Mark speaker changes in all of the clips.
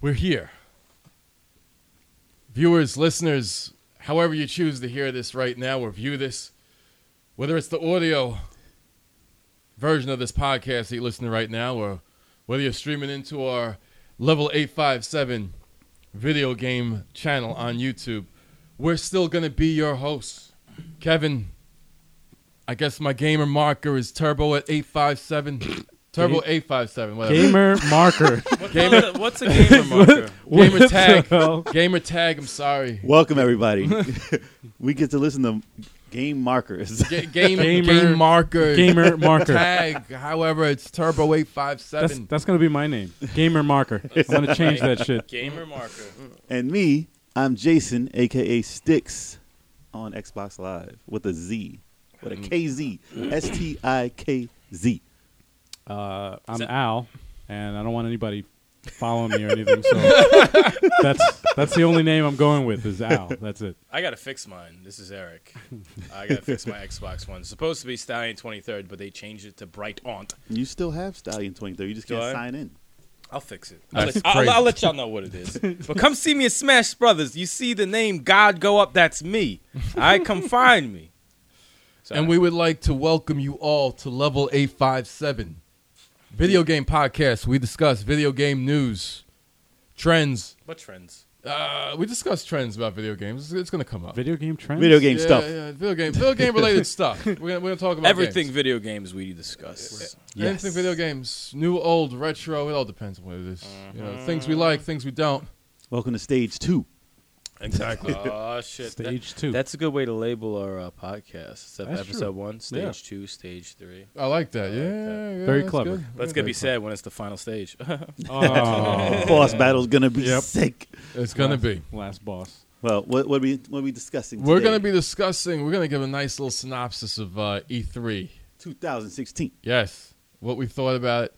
Speaker 1: We're here. Viewers, listeners, however you choose to hear this right now or view this, whether it's the audio version of this podcast that you're listening to right now or whether you're streaming into our level 857 video game channel on YouTube, we're still going to be your hosts. Kevin, I guess my gamer marker is Turbo at 857. Turbo 857, whatever.
Speaker 2: Gamer marker.
Speaker 1: Gamer,
Speaker 3: What's a gamer marker?
Speaker 1: gamer
Speaker 2: hell?
Speaker 1: tag. Gamer tag, I'm sorry.
Speaker 4: Welcome everybody. we get to listen to game markers.
Speaker 1: Ga- game,
Speaker 2: Gamer-
Speaker 1: game marker.
Speaker 2: Gamer marker.
Speaker 1: Tag, however, it's Turbo
Speaker 2: That's
Speaker 1: 857.
Speaker 2: that's gonna be my name. Gamer marker. I'm gonna change that shit.
Speaker 3: Gamer marker.
Speaker 4: and me, I'm Jason, aka Sticks, on Xbox Live with a Z, with a
Speaker 1: Mm.
Speaker 4: K Z, S T I K Z.
Speaker 2: Uh, I'm
Speaker 3: that-
Speaker 2: Al, and I don't want anybody following me or anything. So that's that's the only name I'm going with is Al. That's it.
Speaker 3: I gotta fix mine. This is Eric. I gotta fix my Xbox One. It's supposed to be Stallion 23rd, but they changed it to Bright Aunt.
Speaker 4: You still have Stallion 23. You just
Speaker 3: Do
Speaker 4: can't
Speaker 3: I?
Speaker 4: sign in.
Speaker 3: I'll fix it. I'll
Speaker 1: That's
Speaker 3: let, I'll,
Speaker 1: crazy.
Speaker 3: I'll let y'all know what it is. But come see me at Smash Brothers. You see the name God go up. That's me. I come find me. Sorry.
Speaker 1: And we would like to welcome you all to Level 857 Video Game Podcast. We discuss video game news, trends.
Speaker 3: what trends?
Speaker 1: Uh, we discuss trends about video games. It's, it's going to come up.
Speaker 2: Video game trends.
Speaker 4: Video game
Speaker 1: yeah,
Speaker 4: stuff.
Speaker 1: Yeah, video game, video game related stuff. We're going we're to talk about
Speaker 3: Everything
Speaker 1: games.
Speaker 3: video games we discuss.
Speaker 4: Yes.
Speaker 1: Anything video games, new, old, retro. It all depends on what it is. You know, things
Speaker 2: Mm.
Speaker 1: we like, things we don't.
Speaker 4: Welcome to stage two.
Speaker 3: Exactly. Oh shit. That-
Speaker 2: Stage two.
Speaker 3: that's a good way to label our uh, podcast. Except
Speaker 2: That's
Speaker 3: episode
Speaker 2: true.
Speaker 3: one, stage
Speaker 2: Yeah.
Speaker 3: two, stage three.
Speaker 1: I like that. Yeah,
Speaker 3: that.
Speaker 1: yeah,
Speaker 2: Very
Speaker 1: that's
Speaker 2: clever.
Speaker 1: good.
Speaker 3: That's gonna be sad when it's the final stage.
Speaker 2: Oh,
Speaker 4: Boss battle's gonna be
Speaker 2: Yep.
Speaker 4: sick.
Speaker 1: It's gonna
Speaker 2: last-
Speaker 1: be.
Speaker 2: last boss.
Speaker 4: Well, what what are we what are we discussing?
Speaker 1: We're
Speaker 4: today?
Speaker 1: gonna be discussing. We're gonna give a nice little synopsis of uh, E3.
Speaker 4: 2016.
Speaker 1: Yes, what we thought about it,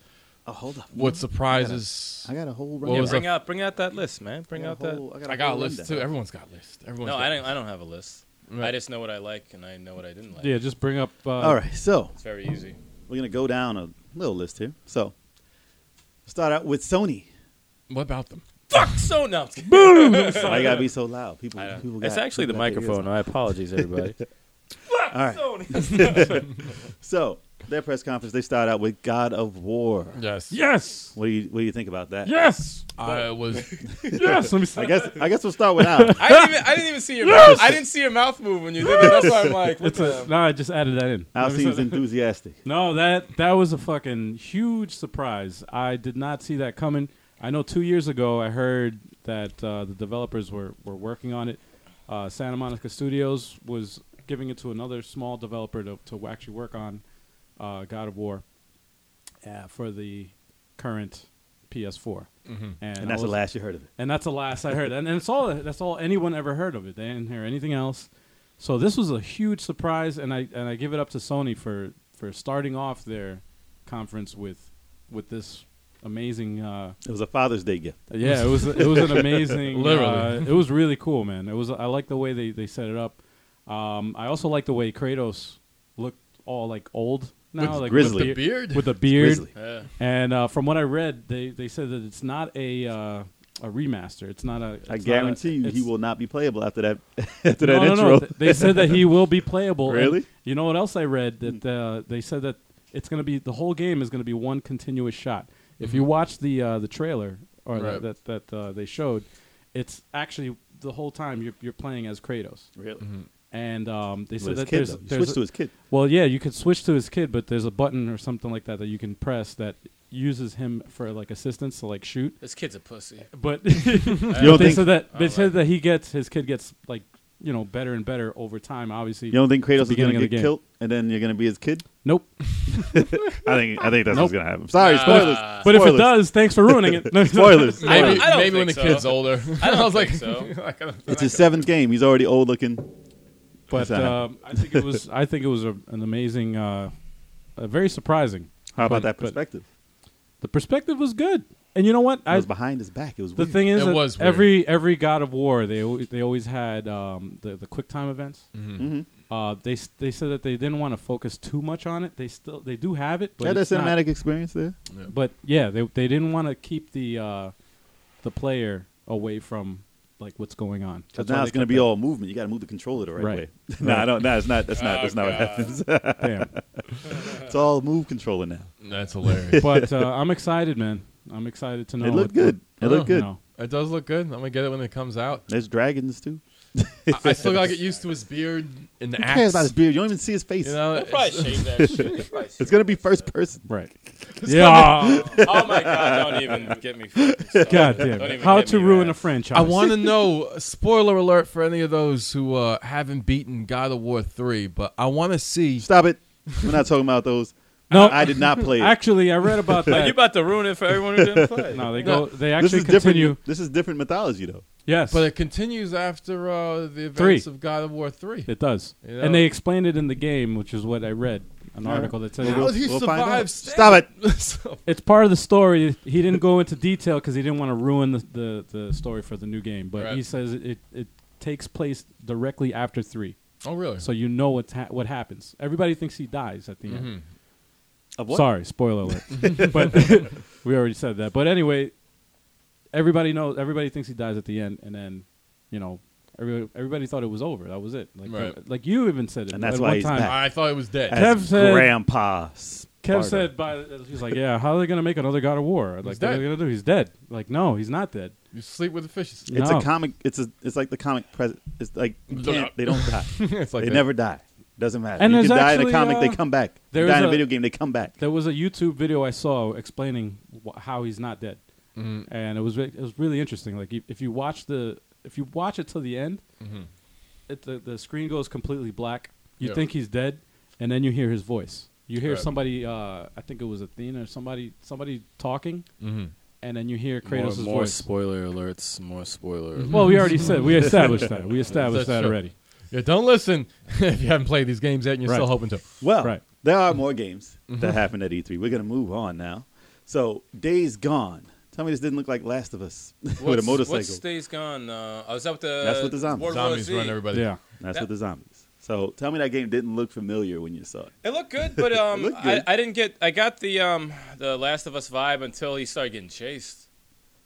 Speaker 4: Oh, hold up.
Speaker 1: what surprises.
Speaker 4: I got a whole
Speaker 1: What
Speaker 3: Yeah,
Speaker 4: rundown.
Speaker 1: was
Speaker 3: bring
Speaker 1: that?
Speaker 3: out bring out that list, man. Bring out that.
Speaker 4: whole-
Speaker 1: I got
Speaker 4: whole
Speaker 1: a list
Speaker 4: rundown.
Speaker 1: too. Everyone's got a list. Everyone's
Speaker 3: No,
Speaker 1: got
Speaker 3: I
Speaker 1: a
Speaker 3: don't.
Speaker 1: list.
Speaker 3: I don't have a list. I
Speaker 1: Right.
Speaker 3: just know what I like, and I know what I didn't like.
Speaker 2: Yeah, just bring up. Uh,
Speaker 4: All right, so
Speaker 3: it's very easy.
Speaker 4: We're gonna go down a little list here. So start out with Sony.
Speaker 1: What about them?
Speaker 3: Fuck so no.
Speaker 4: Why you gotta be so loud? People,
Speaker 3: I don't-
Speaker 4: people
Speaker 3: It's
Speaker 4: got-
Speaker 3: actually the
Speaker 4: people got their ears
Speaker 3: microphone. I apologies, everybody.
Speaker 4: on. All right. So their press conference, they start out with God of War.
Speaker 1: Yes.
Speaker 2: Yes.
Speaker 4: What do you What do you think about that?
Speaker 2: Yes.
Speaker 1: I was.
Speaker 2: Yes. Let me. See.
Speaker 4: I guess I guess we'll start with Al.
Speaker 3: I didn't, even, I didn't even see your. mouth. I didn't see your mouth move when you did it. That's why I'm like, what
Speaker 2: It's a,
Speaker 3: the?
Speaker 2: no, I just added that in.
Speaker 4: Al seems enthusiastic.
Speaker 2: No, that that was a fucking huge surprise. I did not see that coming. I know two years ago I heard that uh, the developers were, were working on it. Uh, Santa Monica Studios was giving it to another small developer to, to actually work on uh, God of War uh, for the current PS4. And,
Speaker 4: Mm-hmm. And
Speaker 2: I
Speaker 4: that's the
Speaker 2: was-
Speaker 4: last you heard of it.
Speaker 2: and that's the last I heard. And, and it's all that's all anyone ever heard of it. They didn't hear anything else. So this was a huge surprise, and I and I give it up to Sony for for starting off their conference with with this amazing. Uh,
Speaker 4: It was a Father's Day gift.
Speaker 2: yeah, it was it was an amazing.
Speaker 1: Literally.
Speaker 2: uh, it was really cool, man. It was I like the way they they set it up. Um, I also like the way Kratos looked all like old now,
Speaker 4: With
Speaker 2: like
Speaker 4: grizzly.
Speaker 1: The
Speaker 2: with,
Speaker 1: beard.
Speaker 2: the, with a beard.
Speaker 4: Grizzly.
Speaker 3: Yeah.
Speaker 2: And uh, from what I read, they, they said that it's not a uh, a remaster. It's not a.
Speaker 4: I
Speaker 2: it's not a-
Speaker 4: guarantee you, he
Speaker 2: it's-
Speaker 4: will not be playable after that
Speaker 2: No,
Speaker 4: after that
Speaker 2: no,
Speaker 4: intro.
Speaker 2: no. Th- They said that he will be playable. and
Speaker 4: Really? Hmm.
Speaker 2: you know what else I read? That uh, they said that it's going to be the whole game is going to be one continuous shot. If
Speaker 4: Mm-hmm.
Speaker 2: you watch the uh, the trailer or
Speaker 1: Right.
Speaker 2: that that, that uh, they showed, it's actually the whole time you're you're playing as Kratos.
Speaker 4: Really?
Speaker 1: Mm-hmm.
Speaker 2: And um, they
Speaker 4: With
Speaker 2: said
Speaker 4: his
Speaker 2: that
Speaker 4: kid,
Speaker 2: there's,
Speaker 4: though. You
Speaker 2: there's
Speaker 4: switched to his kid.
Speaker 2: well, yeah, you could switch to his kid, but there's a button or something like that that you can press that uses him for like assistance to like shoot.
Speaker 3: This kid's a pussy.
Speaker 2: But
Speaker 4: You
Speaker 2: they
Speaker 4: don't think Oh,
Speaker 2: said that they
Speaker 3: I
Speaker 2: said
Speaker 3: like
Speaker 2: that he gets his kid gets like you know better and better over time. Obviously,
Speaker 4: You don't think Kratos is
Speaker 2: beginning
Speaker 4: gonna
Speaker 2: of the
Speaker 4: get
Speaker 2: game.
Speaker 4: killed, and then you're gonna be his kid?
Speaker 2: nope.
Speaker 4: I think I think
Speaker 2: Nope.
Speaker 4: that's what's gonna happen. Sorry,
Speaker 1: Uh,
Speaker 3: Nah.
Speaker 4: spoilers.
Speaker 2: But if it
Speaker 4: Spoilers.
Speaker 2: does, thanks for ruining it. No,
Speaker 4: Spoilers.
Speaker 1: Maybe,
Speaker 3: I don't- I don't
Speaker 1: maybe when the
Speaker 3: think so.
Speaker 1: kid's older.
Speaker 3: I don't
Speaker 1: was like,
Speaker 3: think so.
Speaker 4: It's his seventh game. He's already old looking.
Speaker 2: But
Speaker 4: That's not
Speaker 2: um, I think it was I think it was a, an amazing, uh, uh, very surprising.
Speaker 4: How about
Speaker 2: But-
Speaker 4: that
Speaker 2: but
Speaker 4: perspective?
Speaker 2: The perspective was good, and you know what?
Speaker 4: it
Speaker 2: I,
Speaker 4: was behind his back. It was
Speaker 2: the
Speaker 4: weird.
Speaker 2: thing is,
Speaker 1: It
Speaker 2: that
Speaker 1: was weird.
Speaker 2: every every God of War they al- they always had um, the the quick time events.
Speaker 1: Mm-hmm.
Speaker 4: Mhm.
Speaker 2: Uh, they s- they said that they didn't want to focus too much on it. They still they do have it, but
Speaker 4: Had that
Speaker 2: it's not-
Speaker 4: cinematic experience there.
Speaker 2: But yeah, they they didn't want to keep the uh, the player away from like what's going on.
Speaker 4: Because
Speaker 2: why
Speaker 4: now
Speaker 2: they
Speaker 4: it's going to
Speaker 2: kept
Speaker 4: be
Speaker 2: that-
Speaker 4: all movement. You got to move the controller the right, Oh,
Speaker 2: Right.
Speaker 4: way. no, I don't. No, it's not. That's not. that's not what happens.
Speaker 2: Damn.
Speaker 4: it's all move controller now.
Speaker 1: That's hilarious.
Speaker 2: But uh, I'm excited, man. I'm excited to know.
Speaker 4: it looked
Speaker 2: what-
Speaker 4: good. It
Speaker 1: Oh,
Speaker 4: looked good.
Speaker 2: No.
Speaker 1: it does look good. I'm gonna get it when it comes out.
Speaker 4: There's dragons too.
Speaker 1: I, I still gotta get used to his beard and the
Speaker 4: Who cares
Speaker 1: axe.
Speaker 4: about his beard? You don't even see his face.
Speaker 1: You know,
Speaker 5: They'll probably
Speaker 1: it's-
Speaker 5: shave that shit. Probably shave
Speaker 4: It's going to be first person.
Speaker 2: Right. yeah.
Speaker 5: that. Oh my god! Don't even get me. fucking started.
Speaker 2: God
Speaker 5: Don't
Speaker 2: damn.
Speaker 5: even
Speaker 2: How
Speaker 5: get
Speaker 2: to
Speaker 5: me
Speaker 2: ruin
Speaker 5: that.
Speaker 2: a franchise.
Speaker 1: I want to know. Spoiler alert for any of those who uh, haven't beaten God of War three, but I want to see.
Speaker 4: Stop it. We're not talking about those.
Speaker 2: No.
Speaker 4: I did not play it.
Speaker 2: Actually, I read about
Speaker 5: Are you
Speaker 2: that.
Speaker 5: about to ruin it for everyone who didn't play?
Speaker 2: no, they
Speaker 1: No,
Speaker 2: go. They
Speaker 4: this
Speaker 2: actually
Speaker 4: is different.
Speaker 2: continue.
Speaker 4: This is different mythology though.
Speaker 2: Yes,
Speaker 1: But it continues after uh, the
Speaker 2: Three.
Speaker 1: events of God of War three.
Speaker 2: it does.
Speaker 1: You know-
Speaker 2: And they explained it in the game, which is what I read an article that says
Speaker 1: How did he
Speaker 4: We'll find
Speaker 1: survive?
Speaker 4: out. Stop it.
Speaker 1: it.
Speaker 2: it's part of the story. He didn't go into detail because he didn't want to ruin the, the, the story for the new game. But he
Speaker 1: Right.
Speaker 2: says it, it takes place directly after three,
Speaker 1: oh really?
Speaker 2: so you know what's ha- what happens. Everybody thinks he dies at the end.
Speaker 1: Mhm.
Speaker 4: Of what?
Speaker 2: Sorry, spoiler alert. but we already said that. But anyway, everybody knows. Everybody thinks he dies at the end, and then you know, everybody, everybody thought it was over. That was it. Like
Speaker 1: Right.
Speaker 2: like you even said it.
Speaker 4: And that's
Speaker 2: at
Speaker 4: why
Speaker 2: one
Speaker 4: he's
Speaker 2: time.
Speaker 4: back.
Speaker 1: I thought it was dead.
Speaker 2: Kev
Speaker 4: As
Speaker 2: said-
Speaker 4: Grandpa.
Speaker 2: Kev
Speaker 4: Sparta.
Speaker 2: said, by, he's like, yeah, how are they going to make another God of War? Like, what are
Speaker 1: dead.
Speaker 2: they going to do? He's dead. Like, no, he's not dead.
Speaker 1: You sleep with the fishes.
Speaker 4: It's
Speaker 2: No.
Speaker 4: a comic. It's a. It's like the comic. Pres- it's like you can't, they don't die.
Speaker 1: it's like
Speaker 4: they
Speaker 1: that.
Speaker 4: never die. Doesn't matter.
Speaker 2: And
Speaker 4: you
Speaker 2: there's
Speaker 4: can die in a
Speaker 2: actually,
Speaker 4: comic,
Speaker 2: uh,
Speaker 4: they come back.
Speaker 2: there
Speaker 4: You die
Speaker 2: is
Speaker 4: in a,
Speaker 2: a-
Speaker 4: video game, they come back.
Speaker 2: There was a YouTube video I saw explaining wh- how he's not dead,
Speaker 1: Mm-hmm,
Speaker 2: and it was re- it was really interesting. Like, if- if you watch the if you watch it till the end,
Speaker 1: mm-hmm,
Speaker 2: it, the the screen goes completely black. You
Speaker 1: Yeah.
Speaker 2: think he's dead, and then you hear his voice. You hear
Speaker 1: Right.
Speaker 2: somebody. Uh, I think it was Athena or somebody somebody talking,
Speaker 1: Mhm.
Speaker 2: and then you hear Kratos'
Speaker 5: more, more
Speaker 2: voice.
Speaker 5: spoiler alerts. More spoiler. alerts.
Speaker 2: Well, we already said we established that. We established
Speaker 1: That's
Speaker 2: that
Speaker 1: true.
Speaker 2: already.
Speaker 1: Yeah, don't listen if you haven't played these games yet and you're
Speaker 2: Right.
Speaker 1: still hoping to.
Speaker 4: Well,
Speaker 2: Right.
Speaker 4: there are more games that happened at E3. We're going to move on now. So, Days Gone. Tell me this didn't look like Last of Us with a
Speaker 5: What's-
Speaker 4: motorcycle.
Speaker 5: What stays gone? Uh, I was up the.
Speaker 4: That's what the zombies-
Speaker 5: World War
Speaker 1: Zombies
Speaker 5: Z.
Speaker 1: run everybody.
Speaker 2: Yeah.
Speaker 4: That's
Speaker 5: That-
Speaker 4: with the zombies. So, tell me that game didn't look familiar when you saw it.
Speaker 5: It looked good, but um,
Speaker 4: looked good.
Speaker 5: I, I didn't get. I got the um, the Last of Us vibe until he started getting chased.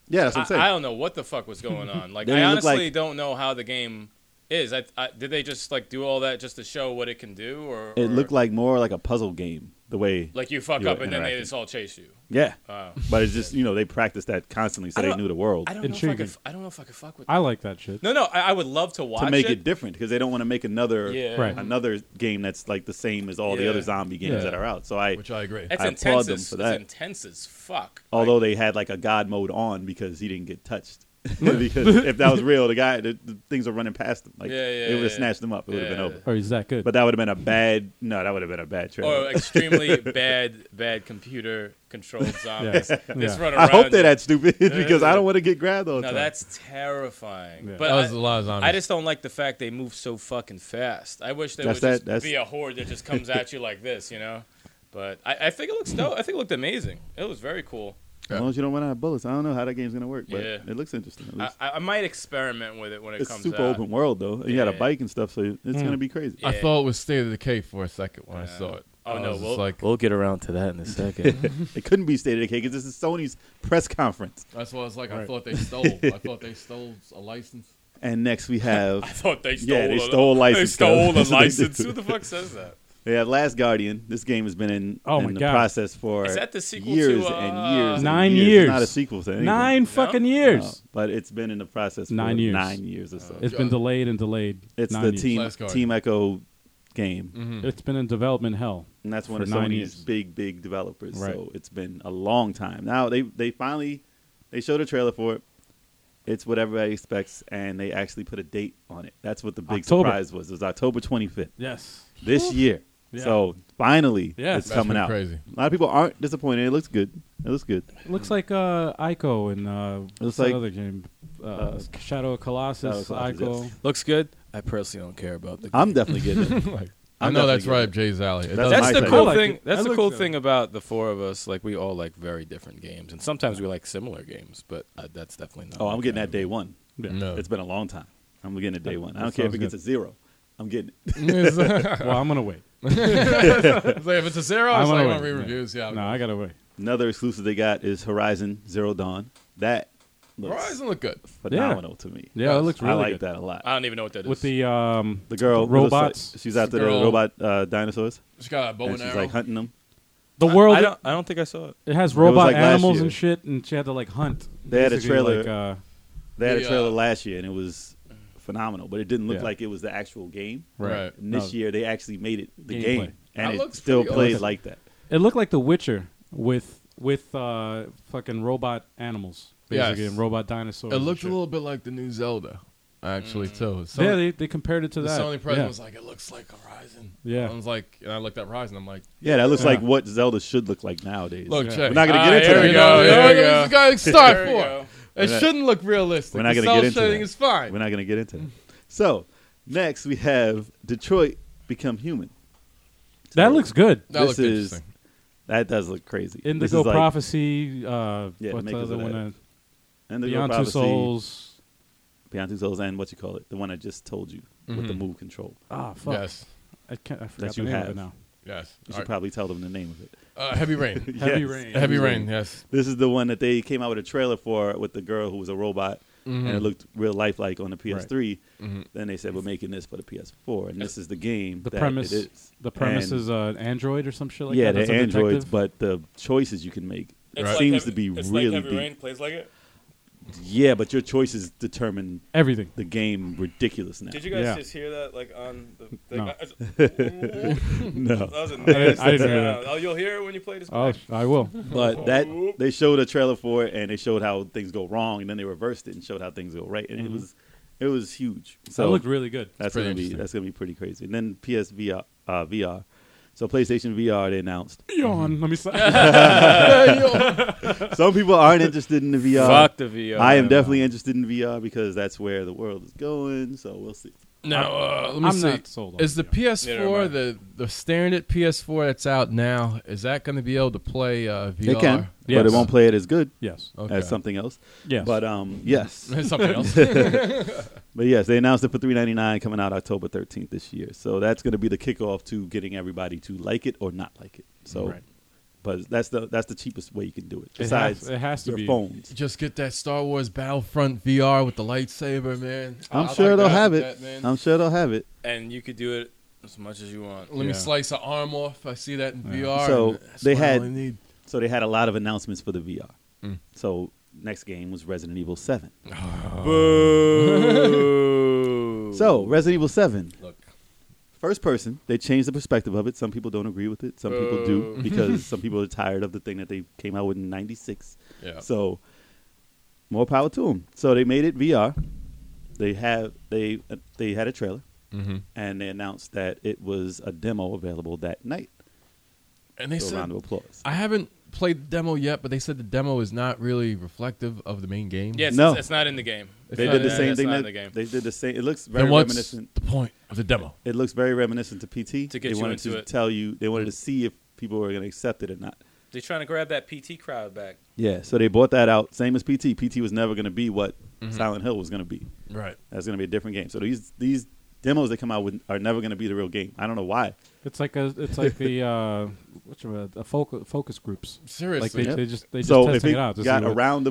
Speaker 4: Yeah, that's what I'm saying.
Speaker 5: I, I don't know what the fuck was going on. Like,
Speaker 4: Then
Speaker 5: I
Speaker 4: it looked
Speaker 5: honestly
Speaker 4: like-
Speaker 5: don't know how the game is. I, I did they just like do all that just to show what it can do, or
Speaker 4: it
Speaker 5: or-
Speaker 4: looked like more like a puzzle game. The way,
Speaker 5: like you fuck
Speaker 4: you
Speaker 5: up
Speaker 4: were
Speaker 5: and then they
Speaker 4: interacting.
Speaker 5: just all chase you.
Speaker 4: yeah,
Speaker 5: Uh,
Speaker 4: but it's just you know they practiced that constantly, so
Speaker 5: I
Speaker 4: they
Speaker 5: don't-
Speaker 4: knew the world
Speaker 5: I don't know if I
Speaker 2: Intriguing.
Speaker 5: could. f- I don't know if I could fuck with.
Speaker 2: I like that shit.
Speaker 5: no, no, I, I would love to watch
Speaker 4: to make it, different because they don't want to make another
Speaker 5: Yeah.
Speaker 2: Right.
Speaker 4: another game that's like the same as all the
Speaker 5: Yeah.
Speaker 4: other zombie games
Speaker 2: Yeah.
Speaker 4: that are out. So I,
Speaker 1: Which I agree.
Speaker 5: It's
Speaker 4: I applaud
Speaker 5: intense.
Speaker 4: them
Speaker 5: as-
Speaker 4: for
Speaker 5: it's
Speaker 4: that.
Speaker 5: intense as fuck.
Speaker 4: although they had like a god mode on because he didn't get touched. because if that was real, the guy, the, the things are running past him. Like
Speaker 5: Yeah, yeah,
Speaker 4: they would have
Speaker 5: yeah.
Speaker 4: snatched him up. It would have been
Speaker 5: Yeah.
Speaker 4: over.
Speaker 2: Or is that good?
Speaker 4: But that would have been a bad. No, that would have been a bad trailer.
Speaker 5: or extremely bad, bad computer controlled zombies.
Speaker 2: Yeah.
Speaker 5: Just
Speaker 2: Yeah.
Speaker 5: run
Speaker 4: I
Speaker 5: around.
Speaker 4: hope they're
Speaker 5: you.
Speaker 4: that stupid because I
Speaker 5: yeah.
Speaker 4: don't want to get grabbed all the
Speaker 5: No,
Speaker 4: time.
Speaker 5: that's terrifying.
Speaker 2: Yeah.
Speaker 5: But
Speaker 1: that was
Speaker 5: I-
Speaker 1: a lot of zombies.
Speaker 5: I just don't like the fact they move so fucking fast. I wish there
Speaker 4: That's
Speaker 5: would
Speaker 4: that-
Speaker 5: just
Speaker 4: that's-
Speaker 5: be a horde that just comes at you like this, you know. But I, I think it looks dope. I think it looked amazing. It was very cool.
Speaker 4: as long as you don't run out of bullets, I don't know how that game's gonna work, but
Speaker 5: Yeah.
Speaker 4: it looks interesting. at
Speaker 5: I,
Speaker 4: least.
Speaker 5: I I might experiment with it when it
Speaker 4: it's
Speaker 5: comes
Speaker 4: super
Speaker 5: out.
Speaker 4: open world though. You got a
Speaker 5: Yeah.
Speaker 4: bike and stuff, so it's
Speaker 2: Hmm.
Speaker 4: gonna be crazy.
Speaker 1: I
Speaker 5: Yeah.
Speaker 1: thought it was State of Decay for a second when I
Speaker 5: Yeah.
Speaker 1: saw it.
Speaker 5: Oh,
Speaker 1: I
Speaker 5: no,
Speaker 1: was just
Speaker 5: well-
Speaker 1: like
Speaker 5: We'll get around to that in a second.
Speaker 4: It couldn't be State of Decay because this is Sony's press conference.
Speaker 1: that's what I was like. I
Speaker 2: Right.
Speaker 1: thought they stole. I thought they stole a license.
Speaker 4: And next we have
Speaker 5: I thought they stole.
Speaker 4: Yeah, they
Speaker 5: a,
Speaker 4: stole a
Speaker 5: They
Speaker 4: license,
Speaker 5: stole
Speaker 4: though.
Speaker 5: a
Speaker 4: That's what they
Speaker 5: license.
Speaker 4: do.
Speaker 5: Who the fuck says that?
Speaker 4: we have Last Guardian. This game has been in,
Speaker 2: Oh
Speaker 4: in
Speaker 2: my
Speaker 4: the
Speaker 2: God.
Speaker 4: process for
Speaker 5: Is that the sequel to,
Speaker 4: years
Speaker 5: uh,
Speaker 4: and years. and
Speaker 2: Nine
Speaker 4: years.
Speaker 2: years.
Speaker 4: It's not a sequel to anything.
Speaker 2: Nine fucking years.
Speaker 4: No, but it's been in the process for
Speaker 2: Nine years.
Speaker 4: nine years or so.
Speaker 2: It's been delayed and delayed.
Speaker 4: it's
Speaker 2: nine
Speaker 4: the
Speaker 2: years.
Speaker 4: team
Speaker 1: Last Guardian.
Speaker 4: Team Echo game,
Speaker 5: Mm-hmm.
Speaker 2: It's been in development hell.
Speaker 4: and that's one
Speaker 2: For
Speaker 4: of
Speaker 2: nine
Speaker 4: Sony's
Speaker 2: years.
Speaker 4: big big developers.
Speaker 2: Right.
Speaker 4: So it's been a long time. Now they they finally they showed a trailer for it. It's what everybody expects, and they actually put a date on it. That's what the big
Speaker 2: October.
Speaker 4: surprise was. It was October 25th.
Speaker 2: Yes.
Speaker 4: this year.
Speaker 2: Yeah.
Speaker 4: So finally,
Speaker 2: Yeah.
Speaker 4: it's
Speaker 1: That's
Speaker 4: coming
Speaker 1: been
Speaker 4: out.
Speaker 1: crazy.
Speaker 4: A lot of people aren't disappointed. It looks good. It looks good.
Speaker 2: Looks like uh, Ico and uh, what's
Speaker 4: like-
Speaker 2: that other game? Uh,
Speaker 4: uh,
Speaker 2: Shadow of
Speaker 4: Shadow
Speaker 2: Colossus,
Speaker 4: of Colossus,
Speaker 2: Ico.
Speaker 4: yes.
Speaker 5: Looks good. I personally don't care about the.
Speaker 4: I'm definitely getting it.
Speaker 1: Like, I
Speaker 4: I'm
Speaker 1: know that's
Speaker 4: definitely
Speaker 1: right,
Speaker 4: getting
Speaker 1: up Jay's alley. It
Speaker 4: That's
Speaker 1: doesn't-
Speaker 5: That's
Speaker 4: I
Speaker 5: the
Speaker 4: like
Speaker 5: cool
Speaker 2: it. I like
Speaker 5: thing.
Speaker 2: it. I
Speaker 5: That's the
Speaker 2: like
Speaker 5: cool
Speaker 2: it.
Speaker 5: thing about the four of us. Like we all like very different games, and sometimes we like similar games. But uh, that's definitely not.
Speaker 4: Oh,
Speaker 5: my
Speaker 4: I'm getting
Speaker 5: kind
Speaker 4: that
Speaker 5: of-
Speaker 4: day one.
Speaker 1: No.
Speaker 4: It's been a long time. I'm getting it day one. I
Speaker 2: That
Speaker 4: don't care if it
Speaker 2: sounds
Speaker 4: gets
Speaker 2: good.
Speaker 4: a zero. I'm getting it.
Speaker 2: well, I'm gonna wait.
Speaker 1: It's like, if it's a zero,
Speaker 2: I'm
Speaker 1: it's like
Speaker 2: gonna
Speaker 1: one
Speaker 2: wait.
Speaker 1: reviews. Yeah,
Speaker 2: No, I gotta wait.
Speaker 4: Another exclusive they got is Horizon Zero Dawn. That looks
Speaker 1: Horizon look good.
Speaker 4: phenomenal to me.
Speaker 2: Yeah, it looks really
Speaker 4: I like
Speaker 2: good.
Speaker 4: that a lot.
Speaker 5: I don't even know what that is.
Speaker 2: With the um,
Speaker 4: the girl with the-
Speaker 2: robots.
Speaker 4: she's after the
Speaker 1: Girl.
Speaker 4: robot uh, dinosaurs,
Speaker 1: She's got a bow and,
Speaker 4: and she's
Speaker 1: arrow.
Speaker 4: like hunting them.
Speaker 2: the world
Speaker 3: I don't. I don't think I saw it.
Speaker 2: it has
Speaker 4: was
Speaker 2: robot
Speaker 4: like last
Speaker 2: animals
Speaker 4: year.
Speaker 2: and shit, and she had to like hunt.
Speaker 4: They had a
Speaker 2: basically,
Speaker 4: trailer.
Speaker 2: Like, uh,
Speaker 4: They had
Speaker 1: The,
Speaker 4: a trailer
Speaker 1: uh,
Speaker 4: last year and it was phenomenal, but it didn't look
Speaker 2: Yeah.
Speaker 4: like it was the actual game.
Speaker 1: right.
Speaker 4: And this
Speaker 2: No.
Speaker 4: year they actually made it the
Speaker 2: Gameplay.
Speaker 4: game, and
Speaker 1: That
Speaker 4: it
Speaker 1: looks
Speaker 4: still
Speaker 1: pretty
Speaker 4: plays
Speaker 1: awesome.
Speaker 4: like that.
Speaker 2: It looked like The Witcher with with uh, fucking robot animals, basically,
Speaker 1: Yes.
Speaker 2: and robot dinosaurs.
Speaker 1: It
Speaker 2: and
Speaker 1: looked a
Speaker 2: shit.
Speaker 1: little bit like the new Zelda, actually, too. So
Speaker 2: yeah, they, they compared it to
Speaker 1: the
Speaker 2: that.
Speaker 1: Sony president
Speaker 2: yeah.
Speaker 1: was like, it looks like Horizon.
Speaker 2: Yeah.
Speaker 1: I was like, and I looked at Horizon. I'm like,
Speaker 4: Yeah, that looks
Speaker 2: Yeah.
Speaker 4: like what Zelda should look like nowadays.
Speaker 1: look,
Speaker 2: Yeah.
Speaker 1: check.
Speaker 4: We're not gonna
Speaker 5: Ah,
Speaker 4: get into Oh,
Speaker 5: here
Speaker 4: that.
Speaker 5: we
Speaker 1: you
Speaker 5: go,
Speaker 1: know,
Speaker 5: here we go.
Speaker 1: this guy to start
Speaker 5: There we
Speaker 1: for.
Speaker 5: go.
Speaker 1: It
Speaker 4: We're not-
Speaker 1: shouldn't look realistic.
Speaker 4: we're not
Speaker 1: The
Speaker 4: gonna get
Speaker 1: cell
Speaker 4: into
Speaker 1: shading
Speaker 4: that.
Speaker 1: is fine.
Speaker 4: We're not going to get into that. So next we have Detroit Become Human.
Speaker 2: that looks good.
Speaker 1: that
Speaker 4: this
Speaker 1: looked
Speaker 4: is-
Speaker 1: interesting.
Speaker 4: That does look crazy. This
Speaker 2: Indigo
Speaker 4: is like
Speaker 2: Prophecy. Uh,
Speaker 4: Yeah,
Speaker 2: what's
Speaker 4: makers
Speaker 2: the
Speaker 4: of
Speaker 2: other
Speaker 4: that.
Speaker 2: one? Uh,
Speaker 4: Indigo
Speaker 2: Beyond Two
Speaker 4: Prophecy,
Speaker 2: Souls.
Speaker 4: Beyond Two Souls, and what you call it, the one I just told you with
Speaker 5: Mm-hmm.
Speaker 4: the move control.
Speaker 2: Ah, fuck.
Speaker 1: Yes.
Speaker 2: I can't. I forgot
Speaker 4: you
Speaker 2: the name of
Speaker 4: have.
Speaker 2: it now.
Speaker 1: Yes.
Speaker 4: You
Speaker 1: All
Speaker 4: should
Speaker 1: right.
Speaker 4: probably tell them the name of it.
Speaker 1: uh, heavy rain.
Speaker 2: Heavy
Speaker 4: Yes.
Speaker 2: Rain.
Speaker 1: heavy rain. Yes.
Speaker 4: This is the one that they came out with a trailer for with the girl who was a robot
Speaker 5: Mm-hmm.
Speaker 4: and it looked real lifelike on the PS3. Then they said we're making this for the PS4, and this is the game.
Speaker 2: The
Speaker 4: that
Speaker 2: premise.
Speaker 4: it is.
Speaker 2: The premise
Speaker 4: And-
Speaker 2: is uh, an android or some shit like
Speaker 4: yeah,
Speaker 2: that. that's
Speaker 4: the
Speaker 2: a
Speaker 4: androids,
Speaker 2: detective?
Speaker 4: but the choices you can make it
Speaker 5: It's like
Speaker 4: seems
Speaker 5: heavy-
Speaker 4: to be
Speaker 5: it's
Speaker 4: really
Speaker 5: like heavy
Speaker 4: deep.
Speaker 5: rain plays like it.
Speaker 4: Yeah, but your choices determine
Speaker 2: everything.
Speaker 4: the game ridiculous now.
Speaker 5: Did you guys
Speaker 2: Yeah.
Speaker 5: just hear that? Like on the thing?
Speaker 2: No.
Speaker 5: that
Speaker 4: no,
Speaker 5: was a nice.
Speaker 2: didn't- I didn't hear that.
Speaker 5: Oh, you'll hear it when you play this.
Speaker 2: Oh,
Speaker 5: back.
Speaker 2: sh- I will.
Speaker 4: but that they showed a trailer for it, and they showed how things go wrong, and then they reversed it and showed how things go right, and it was it was huge. So
Speaker 2: that looked really good.
Speaker 4: That's
Speaker 1: pretty
Speaker 4: gonna be
Speaker 1: interesting.
Speaker 4: that's gonna be pretty crazy. And then PSVR, uh, VR, so PlayStation VR they announced.
Speaker 2: Yawn. Let me. Stop.
Speaker 4: Some people aren't interested in the VR.
Speaker 3: Fuck the VR.
Speaker 4: I am definitely interested in VR because that's where the world is going. So we'll see.
Speaker 1: Now, uh, let me
Speaker 2: I'm
Speaker 1: see.
Speaker 2: not sold on.
Speaker 1: Is the
Speaker 2: VR.
Speaker 5: Neither am I.
Speaker 1: PS4 the the standard PS4 that's out now? Is that going to be able to play uh, VR?
Speaker 4: It can, but
Speaker 2: Yes.
Speaker 4: it won't play it as good
Speaker 2: yes?
Speaker 1: Okay.
Speaker 4: as something else.
Speaker 2: Yes.
Speaker 4: But um, yes,
Speaker 1: something else.
Speaker 4: but yes, they announced it for three ninety nine coming out October thirteenth this year. So that's gonna be the kickoff to getting everybody to like it or not like it. So.
Speaker 2: Right.
Speaker 4: But that's the that's the cheapest way you can do it.
Speaker 2: has-
Speaker 4: Besides,
Speaker 2: it has to
Speaker 4: your
Speaker 2: be.
Speaker 4: phones.
Speaker 1: Just get that Star Wars Battlefront VR with the lightsaber, man.
Speaker 4: I'm
Speaker 1: I like
Speaker 4: sure they'll
Speaker 1: that-
Speaker 4: have it.
Speaker 1: that, man.
Speaker 4: I'm sure they'll have it.
Speaker 5: And you could do it as much as you want.
Speaker 1: Let me
Speaker 2: Yeah.
Speaker 1: slice an arm off. I see that in VR.
Speaker 4: So,
Speaker 1: and that's
Speaker 4: they
Speaker 1: what I
Speaker 4: had-
Speaker 1: really need.
Speaker 4: So they had a lot of announcements for the VR.
Speaker 1: Mm.
Speaker 4: So next game was Resident Evil Seven.
Speaker 3: Boo.
Speaker 4: So Resident Evil Seven,
Speaker 5: Look.
Speaker 4: first person. They changed the perspective of it. Some people don't agree with it. Some people do
Speaker 5: Boo.
Speaker 4: because some people are tired of the thing that they came out with in '96.
Speaker 1: Yeah.
Speaker 4: So more power to them. So they made it VR. They have they uh, they had a trailer
Speaker 1: hmm
Speaker 4: and they announced that it was a demo available that night.
Speaker 1: And they
Speaker 4: So a
Speaker 1: said
Speaker 4: round of applause.
Speaker 1: I haven't played the demo yet, but they said the demo is not really reflective of the main game.
Speaker 5: Yes,
Speaker 4: No.
Speaker 5: it's, it's not in the game.
Speaker 4: they
Speaker 5: It's
Speaker 4: did
Speaker 5: not-
Speaker 4: the
Speaker 5: yeah,
Speaker 4: same
Speaker 5: it's
Speaker 4: thing
Speaker 5: not
Speaker 4: that
Speaker 5: in the game.
Speaker 4: they did the same. It looks very
Speaker 1: Then what's
Speaker 4: reminiscent.
Speaker 1: the point of the demo?
Speaker 4: It looks very reminiscent to PT.
Speaker 5: To get
Speaker 4: they
Speaker 5: you
Speaker 4: wanted
Speaker 5: into
Speaker 4: to
Speaker 5: it.
Speaker 4: tell you, they wanted to see if people were going to accept it or not.
Speaker 5: They're trying to grab that PT crowd back.
Speaker 4: Yeah, so they bought that out. Same as PT. PT was never going to be what
Speaker 2: Mm-hmm.
Speaker 4: Silent Hill was going to be.
Speaker 1: Right.
Speaker 4: That's going to be a different game. So these these demos that come out with are never going to be the real game. I don't know why.
Speaker 2: It's like a. It's like the. Uh, which of a focus focus groups. Like
Speaker 1: Seriously.
Speaker 2: they, they just they just
Speaker 4: so if
Speaker 2: testing
Speaker 4: it,
Speaker 2: it, out. to see
Speaker 4: got
Speaker 2: what-
Speaker 4: around the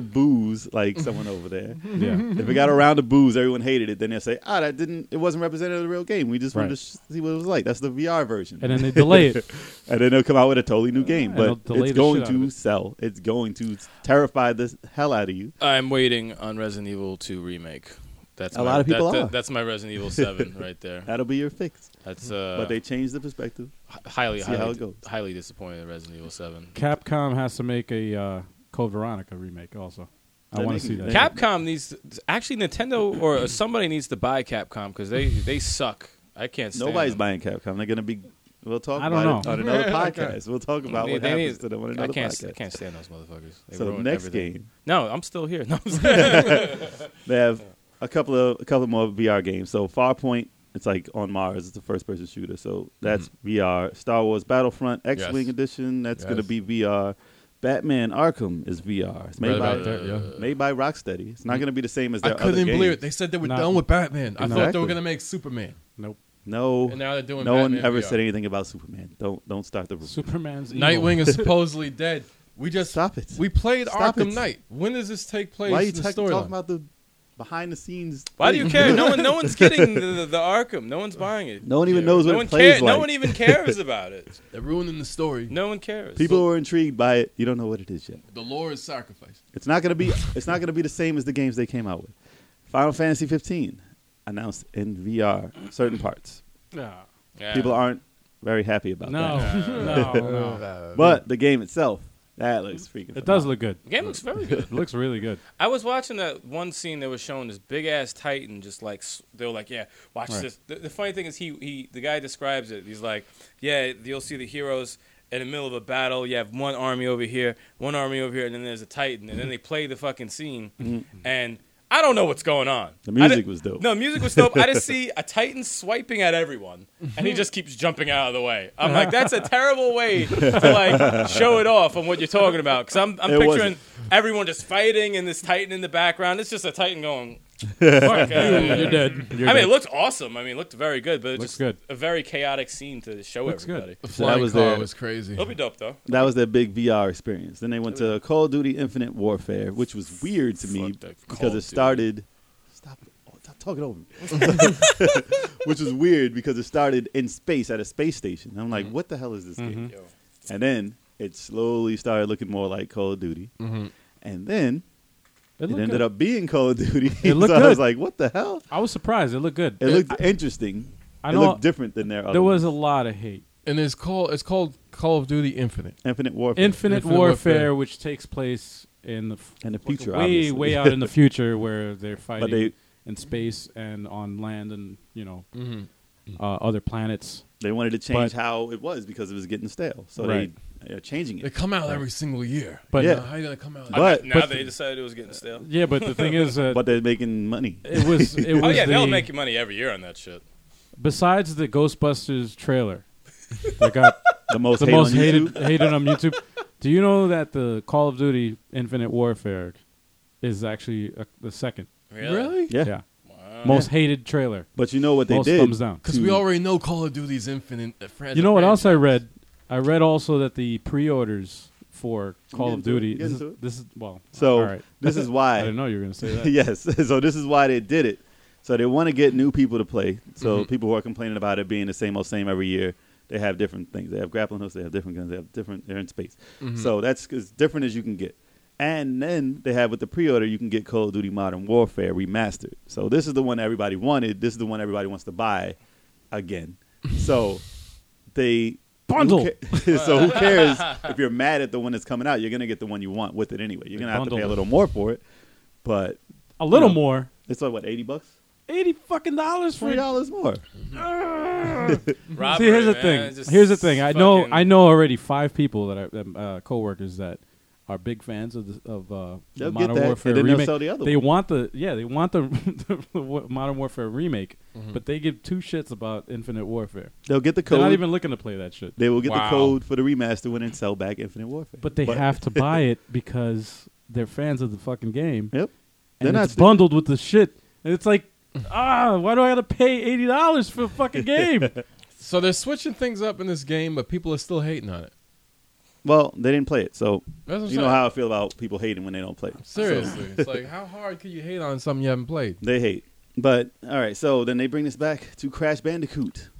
Speaker 4: booze, like someone over there,
Speaker 2: Yeah.
Speaker 4: if it got around the booze, everyone hated it. Then they'll say, ah, that didn't. It wasn't representative of the real game. We just wanted
Speaker 2: Right.
Speaker 4: to sh- see what it was like. That's the VR version.
Speaker 2: and then they delay it.
Speaker 4: and then they'll come out with a totally new game.
Speaker 2: and
Speaker 4: But
Speaker 2: they'll delay
Speaker 4: it's
Speaker 2: the
Speaker 4: going
Speaker 2: shit out of
Speaker 4: to
Speaker 2: it.
Speaker 4: sell. It's going to terrify the hell out of you.
Speaker 5: I'm waiting on Resident Evil 2 remake. That's
Speaker 4: A
Speaker 5: my-
Speaker 4: lot of people
Speaker 5: that- that-
Speaker 4: are.
Speaker 5: that's my Resident Evil 7 right there.
Speaker 4: That'll be your fix.
Speaker 5: That's uh,
Speaker 4: but they changed the perspective.
Speaker 5: highly,
Speaker 4: see how
Speaker 5: highly,
Speaker 4: it goes.
Speaker 5: highly disappointed in Resident Evil 7.
Speaker 2: Capcom has to make a uh, Code Veronica remake. Also, I
Speaker 4: They're
Speaker 2: want to
Speaker 4: making-
Speaker 2: see that.
Speaker 4: they-
Speaker 5: Capcom needs actually Nintendo or somebody needs to buy Capcom because they they suck. I can't. Stand
Speaker 4: Nobody's
Speaker 5: them.
Speaker 4: buying Capcom. They're going to be. We'll talk
Speaker 2: I
Speaker 4: about
Speaker 2: don't
Speaker 4: it
Speaker 2: know.
Speaker 4: on another podcast. We'll talk about
Speaker 5: They-
Speaker 4: what
Speaker 5: they
Speaker 4: happens
Speaker 5: need-
Speaker 4: to them on
Speaker 5: I
Speaker 4: another
Speaker 5: can't.
Speaker 4: podcast.
Speaker 5: I can't stand those motherfuckers. They
Speaker 4: so the
Speaker 5: ruined
Speaker 4: next
Speaker 5: everything.
Speaker 4: game,
Speaker 5: No, I'm still here. No, I'm
Speaker 4: they have a couple of a couple more VR games. So Farpoint, it's like on Mars. It's a first-person shooter. So that's VR. Star Wars Battlefront X-wing
Speaker 1: Mm-hmm. Yes.
Speaker 4: edition. That's
Speaker 1: Yes.
Speaker 4: going to be VR. Batman Arkham is VR. It's made
Speaker 1: Right
Speaker 4: by
Speaker 1: about that, yeah. Mm-hmm.
Speaker 4: made by Rocksteady. It's not going to be the same as
Speaker 1: I
Speaker 4: their
Speaker 1: couldn't
Speaker 4: other
Speaker 1: even believe
Speaker 4: games.
Speaker 1: it. They said they were
Speaker 2: No.
Speaker 1: done with Batman. I thought they
Speaker 4: Exactly.
Speaker 1: were going to make Superman.
Speaker 2: nope.
Speaker 4: No,
Speaker 1: And now they're doing
Speaker 4: no one
Speaker 1: Batman
Speaker 4: ever
Speaker 1: VR.
Speaker 4: said anything about Superman. Don't don't start the rumor.
Speaker 2: Superman's evil.
Speaker 1: Nightwing is supposedly dead. We just
Speaker 4: Stop it.
Speaker 1: We played
Speaker 4: Stop
Speaker 1: Arkham
Speaker 4: it.
Speaker 1: Knight. When does this take place?
Speaker 4: Why are you
Speaker 1: in the
Speaker 4: ta-
Speaker 1: storyline?
Speaker 4: talking about the behind the scenes?
Speaker 3: Why do you
Speaker 4: thing?
Speaker 3: care? No one, no one's getting the, the, the Arkham. No one's buying it.
Speaker 4: No one even
Speaker 1: Yeah.
Speaker 4: knows what
Speaker 3: No
Speaker 4: it
Speaker 3: one
Speaker 4: plays
Speaker 3: cares.
Speaker 4: like.
Speaker 3: No one even cares about it.
Speaker 1: They're ruining the story.
Speaker 3: No one cares.
Speaker 4: People were intrigued by it. You don't know what it is yet.
Speaker 1: The lore is sacrificed.
Speaker 4: It's not gonna be. It's not gonna be the same as the games they came out with. Final Fantasy 15 announced in VR. Certain parts.
Speaker 2: No.
Speaker 5: Yeah.
Speaker 4: People aren't very happy about
Speaker 2: No.
Speaker 4: that.
Speaker 2: no, no.
Speaker 4: But the game itself, that looks freaking.
Speaker 2: It does
Speaker 4: phenomenal.
Speaker 2: look good.
Speaker 5: The game looks very good.
Speaker 2: It looks really good.
Speaker 5: I was watching that one scene that was showing this big ass Titan just like s- they were like, yeah, watch
Speaker 2: Right.
Speaker 5: this. The, the funny thing is he he the guy describes it. He's like, yeah, you'll see the heroes in the middle of a battle. You have one army over here, one army over here, and then there's a Titan, and then they play the fucking scene, and I don't know what's going on.
Speaker 4: Mm-hmm. The
Speaker 5: I
Speaker 4: music
Speaker 5: didn't-
Speaker 4: was dope.
Speaker 5: No, music was dope. I just see a Titan swiping at everyone, and he just keeps jumping out of the way. I'm like, that's a terrible way to like show it off on what you're talking about. Because I'm, I'm
Speaker 4: It
Speaker 5: picturing
Speaker 4: wasn't.
Speaker 5: everyone just fighting and this Titan in the background. It's just a Titan going.
Speaker 2: Fuck
Speaker 5: you, you're
Speaker 2: You're dead.
Speaker 5: I mean, it looked awesome. I mean, it looked very good, but it's
Speaker 2: Looks
Speaker 5: just
Speaker 2: good.
Speaker 5: a very chaotic scene to show
Speaker 2: Looks good.
Speaker 5: everybody.
Speaker 1: The
Speaker 4: So that
Speaker 1: flying
Speaker 4: was
Speaker 1: car
Speaker 4: the-
Speaker 1: was crazy.
Speaker 5: It'll be dope though.
Speaker 4: That was their big VR experience. Then they went to Call of Duty Infinite Warfare, which was weird to me
Speaker 5: Fuck that Call of
Speaker 4: because
Speaker 5: Duty.
Speaker 4: it started. Stop it. Oh, Stop talking over me. which was weird because it started in space at a space station. I'm
Speaker 2: Mm-hmm.
Speaker 4: like, what the hell is this game?
Speaker 5: Yo.
Speaker 4: And then it slowly started looking more like Call of Duty. And
Speaker 2: Mm-hmm.
Speaker 4: then it,
Speaker 2: looked
Speaker 4: ended
Speaker 2: good.
Speaker 4: up being Call of Duty.
Speaker 2: It looked
Speaker 4: so I was
Speaker 2: good.
Speaker 4: like, what the hell?
Speaker 2: I was surprised. It looked good.
Speaker 4: It looked
Speaker 2: I-
Speaker 4: interesting.
Speaker 2: I
Speaker 4: it
Speaker 2: know-
Speaker 4: looked different than their other
Speaker 2: there was
Speaker 4: ones.
Speaker 2: a lot of hate.
Speaker 1: and it's called it's called Call of Duty Infinite.
Speaker 4: Infinite Warfare.
Speaker 2: Infinite,
Speaker 1: Infinite
Speaker 2: warfare,
Speaker 1: Warfare.
Speaker 2: which takes place in the f-
Speaker 4: In the
Speaker 2: fucking
Speaker 4: future,
Speaker 2: way
Speaker 4: obviously.
Speaker 2: way out in the future, where they're fighting
Speaker 4: they-
Speaker 2: in space and on land and you know uh, other planets.
Speaker 4: They wanted to change
Speaker 2: But-
Speaker 4: how it was because it was getting stale. So
Speaker 2: Right.
Speaker 4: they are changing
Speaker 1: They
Speaker 4: it.
Speaker 1: come out every single year.
Speaker 2: But-
Speaker 1: You know,
Speaker 4: Yeah.
Speaker 1: how you gonna come out?
Speaker 4: But-
Speaker 5: I bet now
Speaker 2: but-
Speaker 5: they decided it was getting stale.
Speaker 2: Yeah, but the thing is, uh,
Speaker 4: But they're making money.
Speaker 2: it was it was
Speaker 5: Oh yeah,
Speaker 2: the,
Speaker 5: they'll make you money every year on that shit.
Speaker 2: besides the Ghostbusters trailer that got
Speaker 4: The most,
Speaker 2: the
Speaker 4: hate
Speaker 2: most
Speaker 4: on
Speaker 2: hated
Speaker 4: YouTube.
Speaker 2: hated on YouTube. Do you know that the Call of Duty Infinite Warfare is actually uh the second?
Speaker 5: Really?
Speaker 4: Yeah.
Speaker 2: yeah.
Speaker 5: Wow.
Speaker 2: most hated trailer.
Speaker 4: But you know what they
Speaker 2: Most
Speaker 4: did?
Speaker 2: thumbs down.
Speaker 1: Because
Speaker 4: to-
Speaker 1: we already know Call of Duty's Infinite. uh, fran-
Speaker 2: You know what else I
Speaker 1: franchise.
Speaker 2: read? I read also that the pre-orders for Call
Speaker 4: get
Speaker 2: of
Speaker 4: into it,
Speaker 2: Duty.
Speaker 4: you get
Speaker 2: This is,
Speaker 4: into it.
Speaker 2: this is well.
Speaker 4: So
Speaker 2: all right.
Speaker 4: this is
Speaker 2: I
Speaker 4: why.
Speaker 2: didn't know you were going to say that.
Speaker 4: yes. So this is why they did it. So they want to get new people to play. So
Speaker 2: Mm-hmm.
Speaker 4: people who are complaining about it being the same old same every year, they have different things. They have grappling hooks. They have different guns. They have different. They're in space.
Speaker 2: Mm-hmm.
Speaker 4: So that's as different as you can get. And then they have with the pre-order, you can get Call of Duty Modern Warfare remastered. So this is the one everybody wanted. This is the one everybody wants to buy again. So they
Speaker 2: Bundle.
Speaker 4: Who ca- so who cares if you're mad at the one that's coming out? You're gonna get the one you want with it anyway. You're
Speaker 2: They
Speaker 4: gonna have to pay a
Speaker 2: bundled it.
Speaker 4: little more for it, but
Speaker 2: A little
Speaker 4: No.
Speaker 2: more.
Speaker 4: it's like what eighty bucks,
Speaker 2: Eighty fucking dollars for
Speaker 4: three dollars more.
Speaker 5: Robbery,
Speaker 2: See, here's the
Speaker 5: man.
Speaker 2: thing.
Speaker 5: It's just
Speaker 2: here's the thing. I know.
Speaker 5: fucking-
Speaker 2: I know already five people that are that, uh, coworkers that are big fans of the, of uh,
Speaker 4: They'll get
Speaker 2: Modern
Speaker 4: that,
Speaker 2: Warfare
Speaker 4: and then they'll
Speaker 2: remake.
Speaker 4: sell the other
Speaker 2: they
Speaker 4: one.
Speaker 2: want the yeah. They want the, the wa- Modern Warfare remake,
Speaker 5: Mm-hmm.
Speaker 2: but they give two shits about Infinite Warfare.
Speaker 4: They'll get the
Speaker 2: They're
Speaker 4: code.
Speaker 2: not even looking to play that shit.
Speaker 4: they will get
Speaker 5: Wow.
Speaker 4: the code for the remaster when and sell back Infinite Warfare.
Speaker 2: But they have to buy it because they're fans of the fucking game.
Speaker 4: Yep,
Speaker 2: and
Speaker 4: they're not
Speaker 2: it's
Speaker 4: stupid.
Speaker 2: bundled with the shit. And it's like, ah, why do I gotta pay eighty dollars for a fucking game?
Speaker 1: So they're switching things up in this game, but people are still hating on it.
Speaker 4: Well, they didn't play it, so
Speaker 1: That's what I'm
Speaker 4: you know
Speaker 1: saying.
Speaker 4: how I feel about people hating when they don't play.
Speaker 1: Seriously, it's like how hard can you hate on something you haven't played?
Speaker 4: They hate. But all right, so then they bring this back to Crash Bandicoot.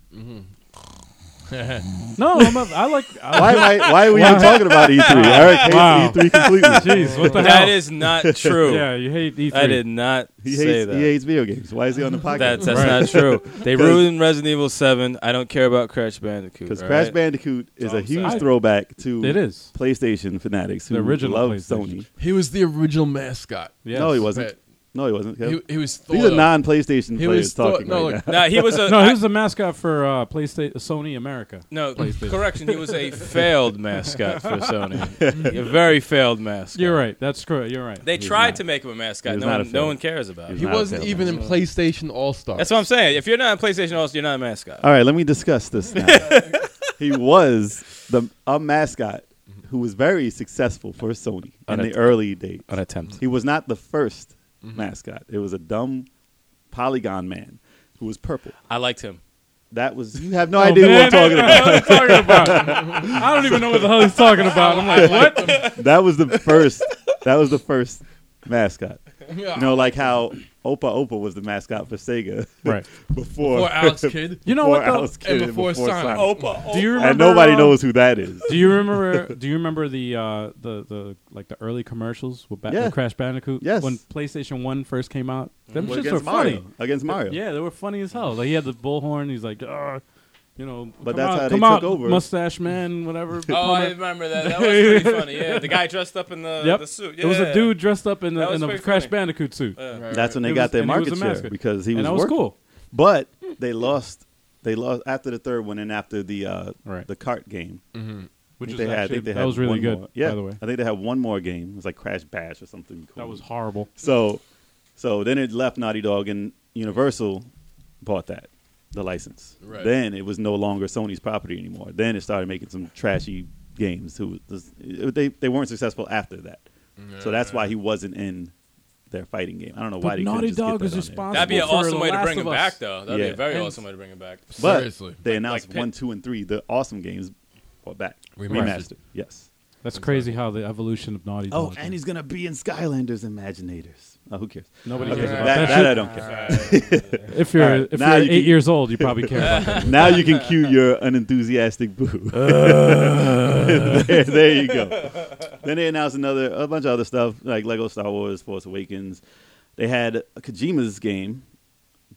Speaker 2: no, I'm a, I like. I
Speaker 4: Why?
Speaker 2: like
Speaker 4: Why? Why are we even talking about E3? Eric hates
Speaker 2: Wow.
Speaker 4: E3 completely.
Speaker 2: Jeez, what the hell?
Speaker 5: That is not true.
Speaker 2: yeah, you hate E E3.
Speaker 5: I did not
Speaker 4: He
Speaker 5: say
Speaker 4: hates,
Speaker 5: that.
Speaker 4: he hates video games. Why is he on the podcast?
Speaker 5: That's that's
Speaker 2: Right.
Speaker 5: not true. They
Speaker 4: 'Cause-
Speaker 5: ruined Resident Evil Seven. I don't care about Crash Bandicoot.
Speaker 4: Because
Speaker 5: all
Speaker 4: Crash
Speaker 5: right?
Speaker 4: Bandicoot is
Speaker 5: all
Speaker 4: a
Speaker 5: I'm
Speaker 4: huge
Speaker 2: saying.
Speaker 4: throwback to
Speaker 2: It is.
Speaker 4: PlayStation fanatics who
Speaker 2: The original
Speaker 4: love
Speaker 2: PlayStation.
Speaker 4: Sony.
Speaker 1: He was the original mascot.
Speaker 2: Yes.
Speaker 4: No, he wasn't.
Speaker 1: Right.
Speaker 4: No, he wasn't.
Speaker 1: He, he was. Thought
Speaker 4: These are
Speaker 1: of-
Speaker 4: non-PlayStation
Speaker 1: He
Speaker 4: players
Speaker 1: was thought-
Speaker 4: talking
Speaker 1: no,
Speaker 4: right
Speaker 1: look,
Speaker 4: now.
Speaker 5: Nah, he was a.
Speaker 2: No,
Speaker 5: I-
Speaker 2: he was the mascot for uh, PlayStation, Sony America.
Speaker 5: No,
Speaker 2: PlayStation.
Speaker 5: correction. He was a failed mascot for Sony. a very failed mascot.
Speaker 2: You're right. That's correct. You're right.
Speaker 5: They
Speaker 4: He's
Speaker 5: tried
Speaker 4: not.
Speaker 5: to make him a mascot.
Speaker 4: He's
Speaker 5: No
Speaker 4: not
Speaker 5: one,
Speaker 4: a
Speaker 5: no
Speaker 4: failed-
Speaker 5: one cares about him.
Speaker 4: He's
Speaker 1: He
Speaker 4: not a
Speaker 1: wasn't
Speaker 4: failed
Speaker 1: even in PlayStation All Star.
Speaker 5: That's what I'm saying. If you're not on PlayStation All, you're not a mascot.
Speaker 4: All right, let me discuss this now. he was the a mascot who was very successful for Sony in the
Speaker 5: Unatt-
Speaker 4: early days.
Speaker 5: An attempt.
Speaker 4: He was not the 1st mascot. It was a dumb polygon man who was purple.
Speaker 5: I liked him.
Speaker 4: That was you have no idea what I'm talking
Speaker 2: Oh, man,
Speaker 4: about.
Speaker 2: What are you talking about? I don't even know what the hell he's talking about. I'm like, what?
Speaker 4: that was the first. That was the first mascot.
Speaker 1: Yeah.
Speaker 4: You know, like how Opa Opa was the mascot for Sega
Speaker 2: Right.
Speaker 4: before
Speaker 1: Or Alex Kidd.
Speaker 2: You know
Speaker 4: before
Speaker 2: what? Though?
Speaker 4: Alice Kidd
Speaker 1: And before Sonic.
Speaker 5: Opa.
Speaker 2: Do you remember?
Speaker 4: and nobody
Speaker 2: uh,
Speaker 4: knows who that is.
Speaker 2: Do you remember? do you remember the uh, the the like the early commercials with, ba-
Speaker 4: Yeah.
Speaker 2: with Crash Bandicoot?
Speaker 4: Yes.
Speaker 2: When PlayStation One first came out,
Speaker 5: Mm-hmm.
Speaker 2: them
Speaker 4: Well,
Speaker 2: shits were
Speaker 4: against
Speaker 2: funny.
Speaker 4: Mario. Against Mario.
Speaker 2: Yeah, they were funny as hell. Like he had the bullhorn. He's like, "Ugh, you know, come
Speaker 4: But that's
Speaker 2: out,
Speaker 4: how they
Speaker 2: come
Speaker 4: took
Speaker 2: out,
Speaker 4: over.
Speaker 2: Mustache man, whatever.
Speaker 5: Oh, I
Speaker 2: plumber."
Speaker 5: remember that. That was pretty funny. Yeah, the guy dressed up in the,
Speaker 2: yep.
Speaker 5: the suit.
Speaker 2: It was
Speaker 5: Yeah.
Speaker 2: a dude dressed up in the
Speaker 5: That
Speaker 2: in
Speaker 5: was
Speaker 2: a
Speaker 5: pretty
Speaker 2: Crash
Speaker 5: funny.
Speaker 2: Bandicoot suit,
Speaker 5: Yeah.
Speaker 1: Right,
Speaker 4: That's when
Speaker 1: right.
Speaker 4: they
Speaker 2: It
Speaker 4: got
Speaker 2: was-
Speaker 4: their
Speaker 2: and he was
Speaker 4: market
Speaker 2: a
Speaker 4: share
Speaker 2: mascot.
Speaker 4: because he
Speaker 2: and
Speaker 4: was
Speaker 2: that was
Speaker 4: working.
Speaker 2: cool.
Speaker 4: But they lost. They lost after the third one and after the uh,
Speaker 2: Right. Mm-hmm.
Speaker 4: the cart game.
Speaker 2: Which
Speaker 4: I think
Speaker 2: is
Speaker 4: they had, I
Speaker 2: actually-
Speaker 4: think they
Speaker 2: that
Speaker 4: had
Speaker 2: was really
Speaker 4: one
Speaker 2: good.
Speaker 4: more. Yeah,
Speaker 2: by the way,
Speaker 4: I think they had one more game. It was like Crash Bash or something. Cool.
Speaker 2: that was horrible.
Speaker 4: So, so then it left Naughty Dog, and Universal bought that, the license.
Speaker 1: Right.
Speaker 4: Then it was no longer Sony's property anymore. Then it started making some trashy games. Who was- they they weren't successful after that. So that's why he wasn't in their fighting game. I don't know why
Speaker 2: But
Speaker 4: they couldn't
Speaker 2: Naughty
Speaker 4: just get
Speaker 2: Dog
Speaker 4: that
Speaker 2: was
Speaker 4: on there.
Speaker 2: responsible.
Speaker 5: That'd be an
Speaker 2: for
Speaker 5: awesome
Speaker 2: The
Speaker 5: way to
Speaker 2: Last
Speaker 5: bring him
Speaker 2: of
Speaker 5: back,
Speaker 2: Us.
Speaker 5: though. That'd be
Speaker 4: Yeah.
Speaker 5: a very
Speaker 2: And-
Speaker 5: awesome way to bring him back.
Speaker 4: But
Speaker 1: Seriously.
Speaker 4: they announced
Speaker 5: Pit-
Speaker 4: one, two, and three, the awesome games, brought back
Speaker 1: Remastered.
Speaker 4: Yes.
Speaker 2: That's crazy how the evolution of Naughty
Speaker 4: Oh,
Speaker 2: Dog.
Speaker 4: and he's gonna be in Skylanders Imaginators. Oh, who cares?
Speaker 2: Nobody
Speaker 4: Okay,
Speaker 2: cares about that
Speaker 4: that, that
Speaker 2: shit.
Speaker 4: I don't care.
Speaker 2: if you're
Speaker 4: Alright,
Speaker 2: if you're
Speaker 4: now
Speaker 2: eight
Speaker 4: you can-
Speaker 2: years old, you probably care about that.
Speaker 4: now you can cue your unenthusiastic boo. there, there you go. Then they announced another a bunch of other stuff like Lego Star Wars, Force Awakens. They had Kojima's game,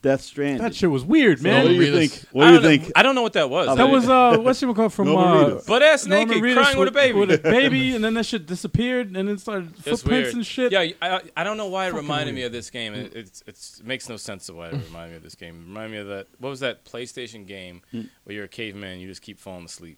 Speaker 4: Death Stranding.
Speaker 2: That shit was weird,
Speaker 4: what do
Speaker 2: man.
Speaker 1: Norman
Speaker 4: you
Speaker 1: Reedus.
Speaker 4: think? What do you
Speaker 5: I don't know-
Speaker 4: think?
Speaker 5: I don't know what that was.
Speaker 4: Oh,
Speaker 2: That was uh, what's she called from
Speaker 4: Norman
Speaker 2: uh,
Speaker 4: Reedus.
Speaker 5: Butt ass
Speaker 2: Norman
Speaker 5: naked,
Speaker 2: Reedus
Speaker 5: crying with a baby.
Speaker 2: with a baby, and then that shit disappeared, and it started
Speaker 5: It's
Speaker 2: footprints
Speaker 5: weird.
Speaker 2: and shit.
Speaker 5: Yeah, I, I don't know why it reminded me of this game. It, it's, it's, it makes no sense of why it
Speaker 2: Mm.
Speaker 5: reminded me of this game. It reminded me of that. What was that PlayStation game
Speaker 2: Mm.
Speaker 5: where you're a caveman and you just keep falling asleep?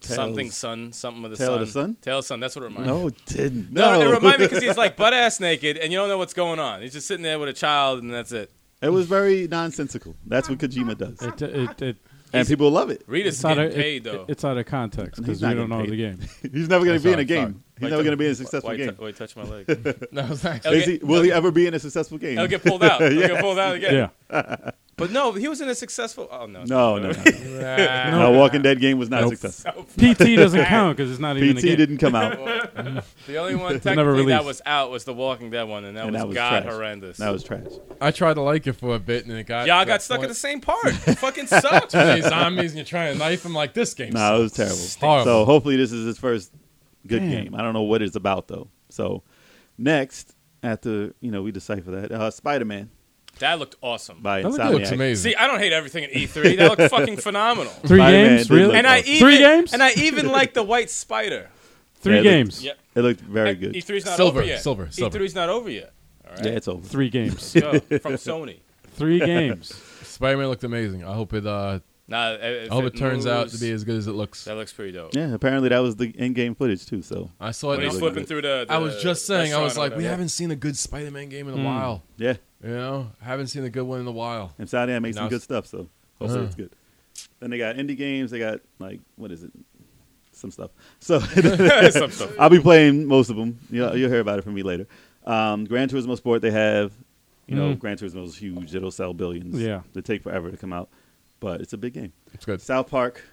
Speaker 5: Something
Speaker 4: Tales.
Speaker 5: sun, something with the
Speaker 4: Tale
Speaker 5: sun.
Speaker 4: of the Sun?
Speaker 5: Tail of the sun. That's what it reminded me.
Speaker 4: No, it didn't.
Speaker 5: No,
Speaker 4: No,
Speaker 5: it reminded me because he's like butt ass naked and you don't know what's going on. He's just sitting there with a child and that's it.
Speaker 4: it was very nonsensical. That's what Kojima does,
Speaker 2: It, it, it,
Speaker 4: and people love it.
Speaker 5: Rita's
Speaker 2: it's out
Speaker 5: getting
Speaker 2: of
Speaker 5: paid
Speaker 2: it,
Speaker 5: though.
Speaker 2: it's out of context
Speaker 4: He's
Speaker 2: because
Speaker 4: not
Speaker 2: we don't
Speaker 4: getting
Speaker 2: know
Speaker 4: paid.
Speaker 2: the game.
Speaker 4: He's never going to be in a
Speaker 2: sorry, sorry.
Speaker 4: game. He's never going to be in a successful
Speaker 5: why,
Speaker 4: game.
Speaker 5: Why you touch my leg?
Speaker 1: No, it's not.
Speaker 5: Okay.
Speaker 4: Is he, will he ever be in a successful game?
Speaker 5: I'll get pulled out. I'll get pulled out again.
Speaker 2: Yeah,
Speaker 5: But no, he was in a successful. Oh no.
Speaker 4: No, no, no. No,
Speaker 1: Nah.
Speaker 4: No, Walking Dead game was not successful.
Speaker 2: PT doesn't count because it's not even
Speaker 4: PT
Speaker 2: a game.
Speaker 4: didn't come out.
Speaker 5: The only one
Speaker 2: never
Speaker 5: technically that
Speaker 2: released.
Speaker 5: was out was the Walking Dead one, and that,
Speaker 4: And
Speaker 5: was,
Speaker 4: that was
Speaker 5: god
Speaker 4: trash.
Speaker 5: horrendous.
Speaker 4: That was trash.
Speaker 1: I tried to like it for a bit, and it got.
Speaker 5: Y'all
Speaker 1: to
Speaker 5: got
Speaker 1: that
Speaker 5: stuck at
Speaker 1: point.
Speaker 5: the same part. It fucking sucked.
Speaker 1: Hey, zombies, and you're trying to knife him like this game.
Speaker 4: No, it was terrible.
Speaker 1: Horrible.
Speaker 4: So hopefully this is his first good
Speaker 2: Damn.
Speaker 4: game. I don't know what it's about though. So next, after you know we decipher that, uh, Spider Man
Speaker 5: That looked awesome.
Speaker 4: by
Speaker 1: That
Speaker 4: Insomniac.
Speaker 1: looks amazing.
Speaker 5: See, I don't hate everything in E3. That looked fucking phenomenal.
Speaker 2: 3
Speaker 4: Spider-Man
Speaker 2: games,
Speaker 4: did
Speaker 2: really?
Speaker 4: look
Speaker 5: And
Speaker 4: And
Speaker 5: I
Speaker 4: I
Speaker 5: even
Speaker 2: Three games?
Speaker 5: and I even like the White Spider.
Speaker 2: Three
Speaker 4: Yeah, they-
Speaker 2: games,
Speaker 5: Yep.
Speaker 4: It looked very good.
Speaker 5: E3's not
Speaker 1: Silver,
Speaker 5: over yet.
Speaker 1: silver, silver.
Speaker 5: E3's not over yet. All right.
Speaker 4: Yeah, it's over.
Speaker 2: three games,
Speaker 5: Let's go. From Sony.
Speaker 2: three games.
Speaker 1: Spider-Man looked amazing. I hope it. Uh,
Speaker 5: Nah, if
Speaker 1: I hope it turns out to
Speaker 5: moves,
Speaker 1: be as good as it looks.
Speaker 5: That looks pretty dope.
Speaker 4: Yeah, apparently that was the in-game footage too. So
Speaker 1: I saw it.
Speaker 5: When
Speaker 1: and I
Speaker 5: he's
Speaker 1: was-
Speaker 5: flipping through the, the
Speaker 1: I was just saying. I was
Speaker 5: restaurant or
Speaker 1: like, we
Speaker 5: whatever.
Speaker 1: haven't seen a good Spider-Man game in a while.
Speaker 4: yeah,
Speaker 1: You know, haven't seen a good one in a while.
Speaker 4: Insomniac makes some
Speaker 1: Now-
Speaker 4: good stuff. So hopefully
Speaker 1: Uh.
Speaker 4: it's good. Then they got indie games. They got like what is it? Some stuff. So some
Speaker 5: stuff.
Speaker 4: I'll be playing most of them. You'll, you'll hear about it from me later. Um, Gran Turismo Sport. They have, you know,
Speaker 2: Mm.
Speaker 4: Gran Turismo is huge. It'll sell billions.
Speaker 2: Yeah.
Speaker 4: they take forever to come out, but it's a big game.
Speaker 1: It's good.
Speaker 4: South Park,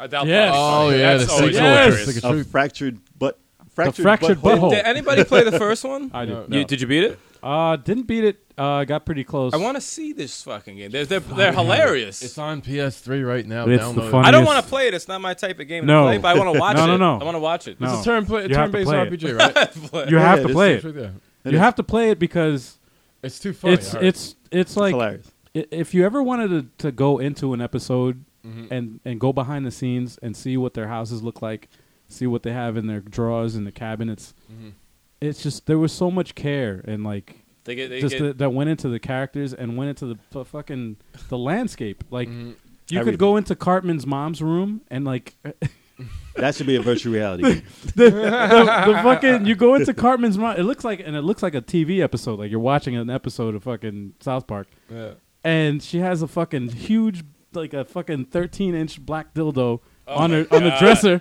Speaker 5: I doubt
Speaker 2: Yes.
Speaker 1: Oh yeah,
Speaker 5: That's
Speaker 1: the
Speaker 5: always
Speaker 1: sequel.
Speaker 2: Yes.
Speaker 1: It's like a
Speaker 4: a
Speaker 1: truth.
Speaker 4: fractured butt, fractured,
Speaker 2: fractured
Speaker 4: butthole.
Speaker 2: butthole.
Speaker 5: Did anybody play the first one?
Speaker 2: I did.
Speaker 1: No,
Speaker 5: You, did you beat it?
Speaker 2: Uh, didn't beat it. Uh, got pretty close.
Speaker 5: I want to see this fucking game. They're, they're, they're hilarious.
Speaker 1: It's on PS3 right now.
Speaker 2: But it's the
Speaker 1: Download it.
Speaker 2: fun-
Speaker 5: I don't want
Speaker 2: funniest-
Speaker 5: to play it. It's not my type of game
Speaker 2: No.
Speaker 5: to play, but I want to watch
Speaker 2: No, no,
Speaker 5: it.
Speaker 2: no.
Speaker 5: I want to watch it.
Speaker 2: No.
Speaker 1: It's a turn play,
Speaker 2: You have to
Speaker 1: turn-based
Speaker 2: play it.
Speaker 1: RPG, right?
Speaker 2: you
Speaker 4: Yeah,
Speaker 2: have
Speaker 4: it
Speaker 2: to
Speaker 4: is.
Speaker 2: play
Speaker 1: It's right
Speaker 2: it.
Speaker 1: there.
Speaker 4: It
Speaker 2: You
Speaker 4: is.
Speaker 2: have to play it because
Speaker 1: It's too funny.
Speaker 2: it's it's it's like
Speaker 4: hilarious.
Speaker 2: i- if you ever wanted to, to go into an episode
Speaker 5: Mm-hmm.
Speaker 2: and and go behind the scenes and see what their houses look like, see what they have in their drawers and the cabinets,
Speaker 5: Mm-hmm.
Speaker 2: it's just there was so much care and like
Speaker 5: They get, they
Speaker 2: just
Speaker 5: get,
Speaker 2: the, that went into the characters and went into the fu- fucking the landscape. Like
Speaker 5: Mm-hmm.
Speaker 2: you
Speaker 4: Everything.
Speaker 2: could go into Cartman's mom's room and like
Speaker 4: That should be a virtual reality. game.
Speaker 2: the fucking you go into Cartman's mom. It looks like and it looks like a TV episode. Like you're watching an episode of fucking South Park,
Speaker 1: yeah.
Speaker 2: and she has a fucking huge, like a fucking 13 inch black dildo on her on the dresser.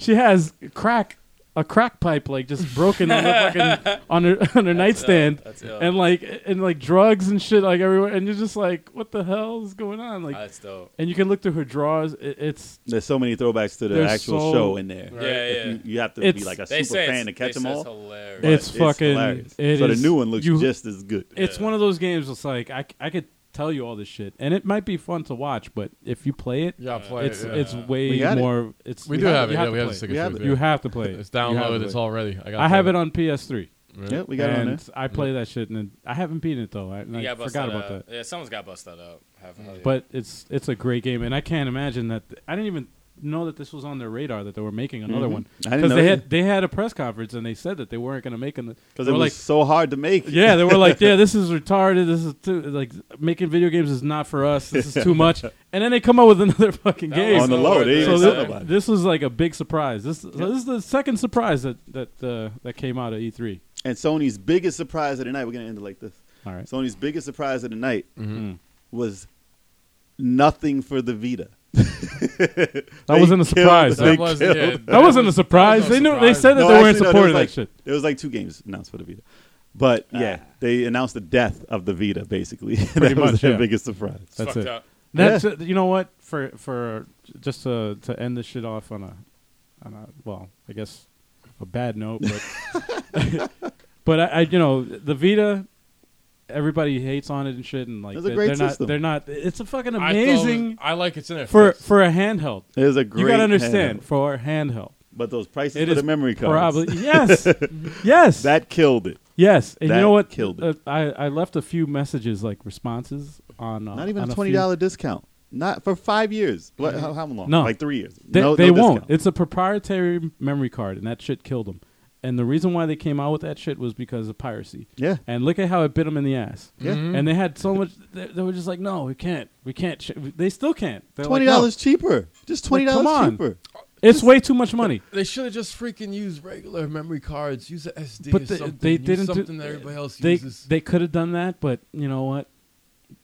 Speaker 2: she has crack a crack pipe like just broken on her fucking on her on her nightstand
Speaker 5: That's ill.
Speaker 2: and like and like drugs and shit like everywhere and you're just like what the hell is going on like
Speaker 5: That's dope.
Speaker 2: and you can look through her drawers it, it's
Speaker 4: There's so many throwbacks to the
Speaker 2: There's
Speaker 4: actual
Speaker 2: so-
Speaker 4: show in there.
Speaker 5: Yeah, yeah.
Speaker 4: You, you have to
Speaker 2: It's-
Speaker 4: be like a
Speaker 5: They
Speaker 4: super
Speaker 5: say
Speaker 4: fan
Speaker 5: it's,
Speaker 4: to catch
Speaker 5: they
Speaker 4: them
Speaker 5: say it's
Speaker 4: all.
Speaker 5: hilarious.
Speaker 4: but
Speaker 2: It's fucking-
Speaker 4: hilarious.
Speaker 2: it
Speaker 4: so
Speaker 2: is-
Speaker 4: the new one looks
Speaker 2: you-
Speaker 4: just as good.
Speaker 2: it's
Speaker 5: Yeah.
Speaker 2: one of those games it's like I, c- I could tell you all this shit and it might be fun to watch but if you play it
Speaker 1: Yeah, play
Speaker 2: it's
Speaker 1: it. yeah.
Speaker 2: it's way
Speaker 4: We got it.
Speaker 2: more it's
Speaker 1: we
Speaker 2: you
Speaker 1: do have it.
Speaker 2: you
Speaker 1: Yeah, we
Speaker 2: to
Speaker 1: have the
Speaker 2: play it.
Speaker 1: Sickle
Speaker 4: We have
Speaker 1: Truth,
Speaker 4: it.
Speaker 1: yeah.
Speaker 2: you have to play it
Speaker 1: It's
Speaker 2: You have
Speaker 1: downloaded.
Speaker 2: to
Speaker 1: It's
Speaker 2: play
Speaker 1: already. I, gotta
Speaker 2: I have
Speaker 1: play
Speaker 2: it on PS3
Speaker 1: Yeah.
Speaker 4: yeah, we got it on
Speaker 2: and
Speaker 4: there.
Speaker 2: I play that shit and then- I haven't beaten it though I, and I
Speaker 5: Yeah, bust
Speaker 2: forgot about
Speaker 5: up.
Speaker 2: that
Speaker 5: Yeah, someone's got bust that up. Have- hell yeah.
Speaker 2: but it's it's a great game, and I can't imagine that. I didn't even know that this was on their radar that they were making another
Speaker 4: Mhm.
Speaker 2: one
Speaker 4: I didn't
Speaker 2: because
Speaker 4: know
Speaker 2: they
Speaker 4: either.
Speaker 2: had they had a press conference and they said that they weren't going to make an
Speaker 4: Because
Speaker 2: they
Speaker 4: it
Speaker 2: were
Speaker 4: was so hard to make.
Speaker 2: like yeah they were like yeah this is retarded this is too like making video games is not for us this is too much and then they come up with another fucking
Speaker 5: That
Speaker 2: game
Speaker 5: was
Speaker 4: On the
Speaker 5: no
Speaker 4: low,
Speaker 5: word
Speaker 4: they
Speaker 5: there.
Speaker 4: didn't
Speaker 2: so
Speaker 4: tell
Speaker 2: thi-
Speaker 4: nobody.
Speaker 2: this was like a big surprise this so this is the second surprise that that uh, that came out of E3
Speaker 4: And Sony's biggest surprise of the night, we're going to end it like this.
Speaker 2: all right
Speaker 4: Sony's biggest surprise of the night
Speaker 2: Mm.
Speaker 4: was nothing for the Vita.
Speaker 2: that wasn't a surprise
Speaker 1: That
Speaker 2: that,
Speaker 1: was,
Speaker 4: killed.
Speaker 1: yeah,
Speaker 2: that wasn't a surprise
Speaker 1: no
Speaker 2: they knew they
Speaker 1: surprise.
Speaker 2: said that
Speaker 4: No,
Speaker 2: they weren't
Speaker 4: actually, no, there
Speaker 2: supporting
Speaker 4: was like,
Speaker 2: that shit Ah.
Speaker 4: There was like two games announced for the Vita. But yeah, they announced the death of the Vita, basically. that was
Speaker 2: much,
Speaker 4: their
Speaker 2: yeah.
Speaker 4: biggest surprise.
Speaker 5: It's
Speaker 2: that's
Speaker 5: fucked
Speaker 2: it.
Speaker 5: up.
Speaker 2: That's uh, you know what for for just to to end this shit off on a on a well I guess a bad note but but I, I you know the Vita everybody hates on it and shit and like
Speaker 4: It's a
Speaker 2: they're,
Speaker 4: great
Speaker 2: they're not
Speaker 4: system.
Speaker 2: they're not it's a fucking
Speaker 1: I thought it was-
Speaker 2: amazing
Speaker 1: I, like its interface.
Speaker 2: for for a handheld
Speaker 4: It was a great
Speaker 2: you gotta understand
Speaker 4: handout.
Speaker 2: for a handheld
Speaker 4: But those prices
Speaker 2: It
Speaker 4: for
Speaker 2: is
Speaker 4: the memory cards.
Speaker 2: probably yes yes
Speaker 4: That killed it.
Speaker 2: yes and you
Speaker 4: that
Speaker 2: know what
Speaker 4: killed
Speaker 2: uh,
Speaker 4: it.
Speaker 2: I I left a few messages like responses on uh,
Speaker 4: Not even
Speaker 2: on
Speaker 4: a
Speaker 2: few-
Speaker 4: twenty dollar discount. Not for five years. What? How, how long?
Speaker 2: No.
Speaker 4: like three years.
Speaker 2: They,
Speaker 4: no,
Speaker 2: they
Speaker 4: no
Speaker 2: won't.
Speaker 4: discount.
Speaker 2: It's a proprietary memory card, and that shit killed them. And the reason why they came out with that shit was because of piracy.
Speaker 4: yeah,
Speaker 2: And look at how it bit them in the ass.
Speaker 4: yeah.
Speaker 1: mm-hmm.
Speaker 2: And they had so much. They, they were just like, no, we can't. We can't. Ch-. They still can't. They're like,
Speaker 4: Twenty dollars cheaper. Just
Speaker 2: Like,
Speaker 4: twenty
Speaker 2: come
Speaker 4: dollars
Speaker 2: on.
Speaker 4: cheaper.
Speaker 2: "No, it's way too much money.
Speaker 1: They should have just freaking used regular memory cards. Use a SD
Speaker 2: But
Speaker 1: or
Speaker 2: they-
Speaker 1: something.
Speaker 2: they
Speaker 1: Use
Speaker 2: didn't do-
Speaker 1: something that everybody else
Speaker 2: They
Speaker 1: uses.
Speaker 2: they could have done that, but you know what?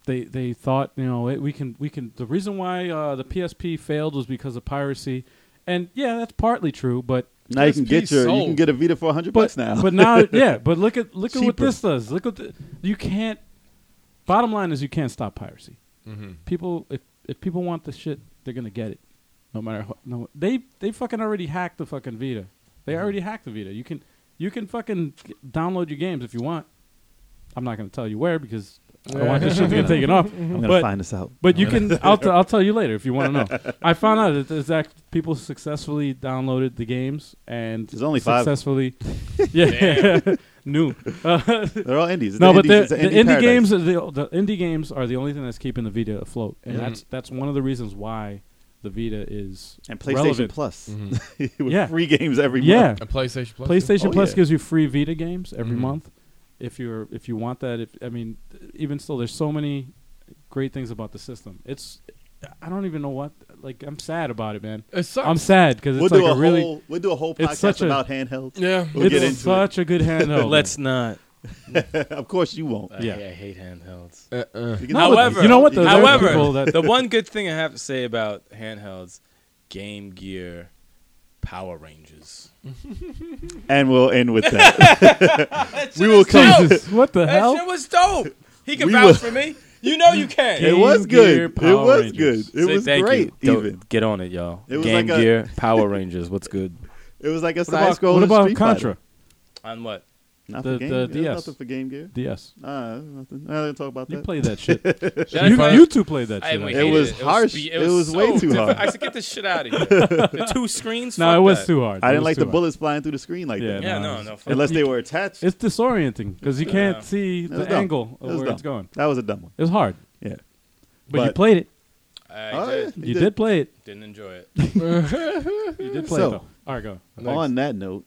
Speaker 2: They they thought you know it, we can we can. The reason why uh, the PSP failed was because of piracy, and yeah, that's partly true. But
Speaker 4: Now you can
Speaker 1: PSP
Speaker 4: get your. You can
Speaker 1: sold.
Speaker 4: get a Vita for hundred bucks now.
Speaker 2: but now, yeah. But look at look at what
Speaker 4: Cheaper.
Speaker 2: this does. Look at the, you can't. Bottom line is you can't stop piracy.
Speaker 1: Mhm.
Speaker 2: People, if if people want the shit, they're gonna get it, no matter how. No, they they fucking already hacked the fucking Vita. They
Speaker 4: Mm-hmm.
Speaker 2: already hacked the Vita. You can you can fucking g- download your games if you want. I'm not gonna tell you where because I don't want this shit to get taken off.
Speaker 4: I'm gonna
Speaker 2: but-
Speaker 4: find this out.
Speaker 2: But you can. I'll, t- I'll tell you later if you want to know. I found out that there's act- people successfully downloaded the games and
Speaker 4: There's only five.
Speaker 2: successfully. yeah, new. Uh,
Speaker 4: They're all indies.
Speaker 2: no,
Speaker 4: The
Speaker 2: but
Speaker 4: indies-
Speaker 2: the,
Speaker 4: it's
Speaker 2: the
Speaker 4: an
Speaker 2: indie
Speaker 4: paradise.
Speaker 2: games, are the, the indie games are the only thing that's keeping the Vita afloat, and
Speaker 1: Yeah.
Speaker 2: that's that's one of the reasons why the Vita is
Speaker 4: and PlayStation
Speaker 2: relevant.
Speaker 4: Plus
Speaker 1: Mhm.
Speaker 4: with
Speaker 2: Yeah.
Speaker 4: free games every
Speaker 2: Yeah,
Speaker 4: month.
Speaker 1: And PlayStation Plus.
Speaker 2: PlayStation
Speaker 4: Oh,
Speaker 2: Plus
Speaker 4: yeah.
Speaker 2: gives you free Vita games every
Speaker 1: Mhm.
Speaker 5: Mm-hmm.
Speaker 2: month. If you're if you want that, if I mean, even still, there's so many great things about the system. It's I don't even know what like I'm sad about it, man.
Speaker 1: It sucks.
Speaker 2: I'm sad because it's
Speaker 4: We'll
Speaker 2: like
Speaker 4: do
Speaker 2: a,
Speaker 4: a,
Speaker 2: really
Speaker 4: whole. We'll do a whole
Speaker 2: it's such
Speaker 4: podcast
Speaker 2: a-
Speaker 4: about handhelds.
Speaker 1: Yeah.
Speaker 4: We'll get
Speaker 2: it's
Speaker 4: into
Speaker 2: such a good handheld.
Speaker 3: Let's not.
Speaker 4: of course you won't.
Speaker 2: Yeah.
Speaker 5: I, I hate handhelds.
Speaker 1: Uh, uh.
Speaker 4: You can-
Speaker 2: Not with-
Speaker 5: However-
Speaker 2: you know what?
Speaker 4: you
Speaker 2: Though,
Speaker 4: can-
Speaker 2: there are
Speaker 5: However-
Speaker 2: people that-
Speaker 5: the one good thing I have to say about handhelds, Game Gear, Power Rangers.
Speaker 4: and we'll end with that. we will come.
Speaker 2: Jesus, what the
Speaker 5: That
Speaker 2: hell?
Speaker 5: shit was dope. He can
Speaker 4: We
Speaker 5: vouch
Speaker 4: were-
Speaker 5: for me. You know you can.
Speaker 4: It
Speaker 2: Game
Speaker 4: was
Speaker 2: Gear
Speaker 4: good. It
Speaker 2: Power
Speaker 4: was
Speaker 2: Rangers.
Speaker 4: good. It
Speaker 5: Say
Speaker 4: was
Speaker 5: thank
Speaker 4: great.
Speaker 5: You. Dope.
Speaker 4: Even
Speaker 5: Get on it, y'all.
Speaker 4: It was
Speaker 5: Game
Speaker 4: like a-
Speaker 5: Gear, Power Rangers. What's good?
Speaker 4: it was like a
Speaker 2: What about,
Speaker 4: side scroller.
Speaker 2: what about
Speaker 4: Street Fighter.
Speaker 2: Contra?
Speaker 5: On what?
Speaker 4: Not
Speaker 2: The-
Speaker 4: for game.
Speaker 2: the
Speaker 4: Gear.
Speaker 2: DS.
Speaker 4: Nothing for Game Gear.
Speaker 2: DS.
Speaker 4: Nah, nothing. I didn't talk about
Speaker 2: You
Speaker 4: that.
Speaker 2: played that shit.
Speaker 5: I
Speaker 2: you,
Speaker 5: find-
Speaker 2: you two played that
Speaker 5: I
Speaker 2: shit.
Speaker 5: hated
Speaker 2: actually.
Speaker 4: It was harsh.
Speaker 5: be-
Speaker 4: It was way too
Speaker 5: different.
Speaker 4: hard.
Speaker 5: I said, get this shit out of here. The two screens.
Speaker 2: no,
Speaker 5: fuck
Speaker 2: it was
Speaker 5: that.
Speaker 2: too hard.
Speaker 4: I
Speaker 2: It
Speaker 4: didn't
Speaker 2: was
Speaker 4: like
Speaker 2: too
Speaker 4: the
Speaker 2: hard.
Speaker 4: bullets flying through the screen like
Speaker 2: Yeah,
Speaker 4: that.
Speaker 5: Yeah,
Speaker 2: no,
Speaker 5: no,
Speaker 2: it's-
Speaker 5: no. Fuck.
Speaker 4: Unless they were attached.
Speaker 2: It's disorienting because you can't
Speaker 5: Yeah.
Speaker 2: see
Speaker 4: That
Speaker 2: the
Speaker 4: was dumb.
Speaker 2: angle
Speaker 4: That
Speaker 2: of
Speaker 4: was
Speaker 2: where it's
Speaker 4: dumb.
Speaker 2: going.
Speaker 4: That was a dumb one.
Speaker 2: It was hard,
Speaker 4: Yeah.
Speaker 2: but, you
Speaker 4: But-
Speaker 2: played it.
Speaker 5: I
Speaker 4: Oh,
Speaker 5: did.
Speaker 4: yeah,
Speaker 2: You did play it.
Speaker 5: Didn't enjoy it.
Speaker 2: You did play
Speaker 4: So-
Speaker 2: it. Though. All right, go.
Speaker 4: On that note,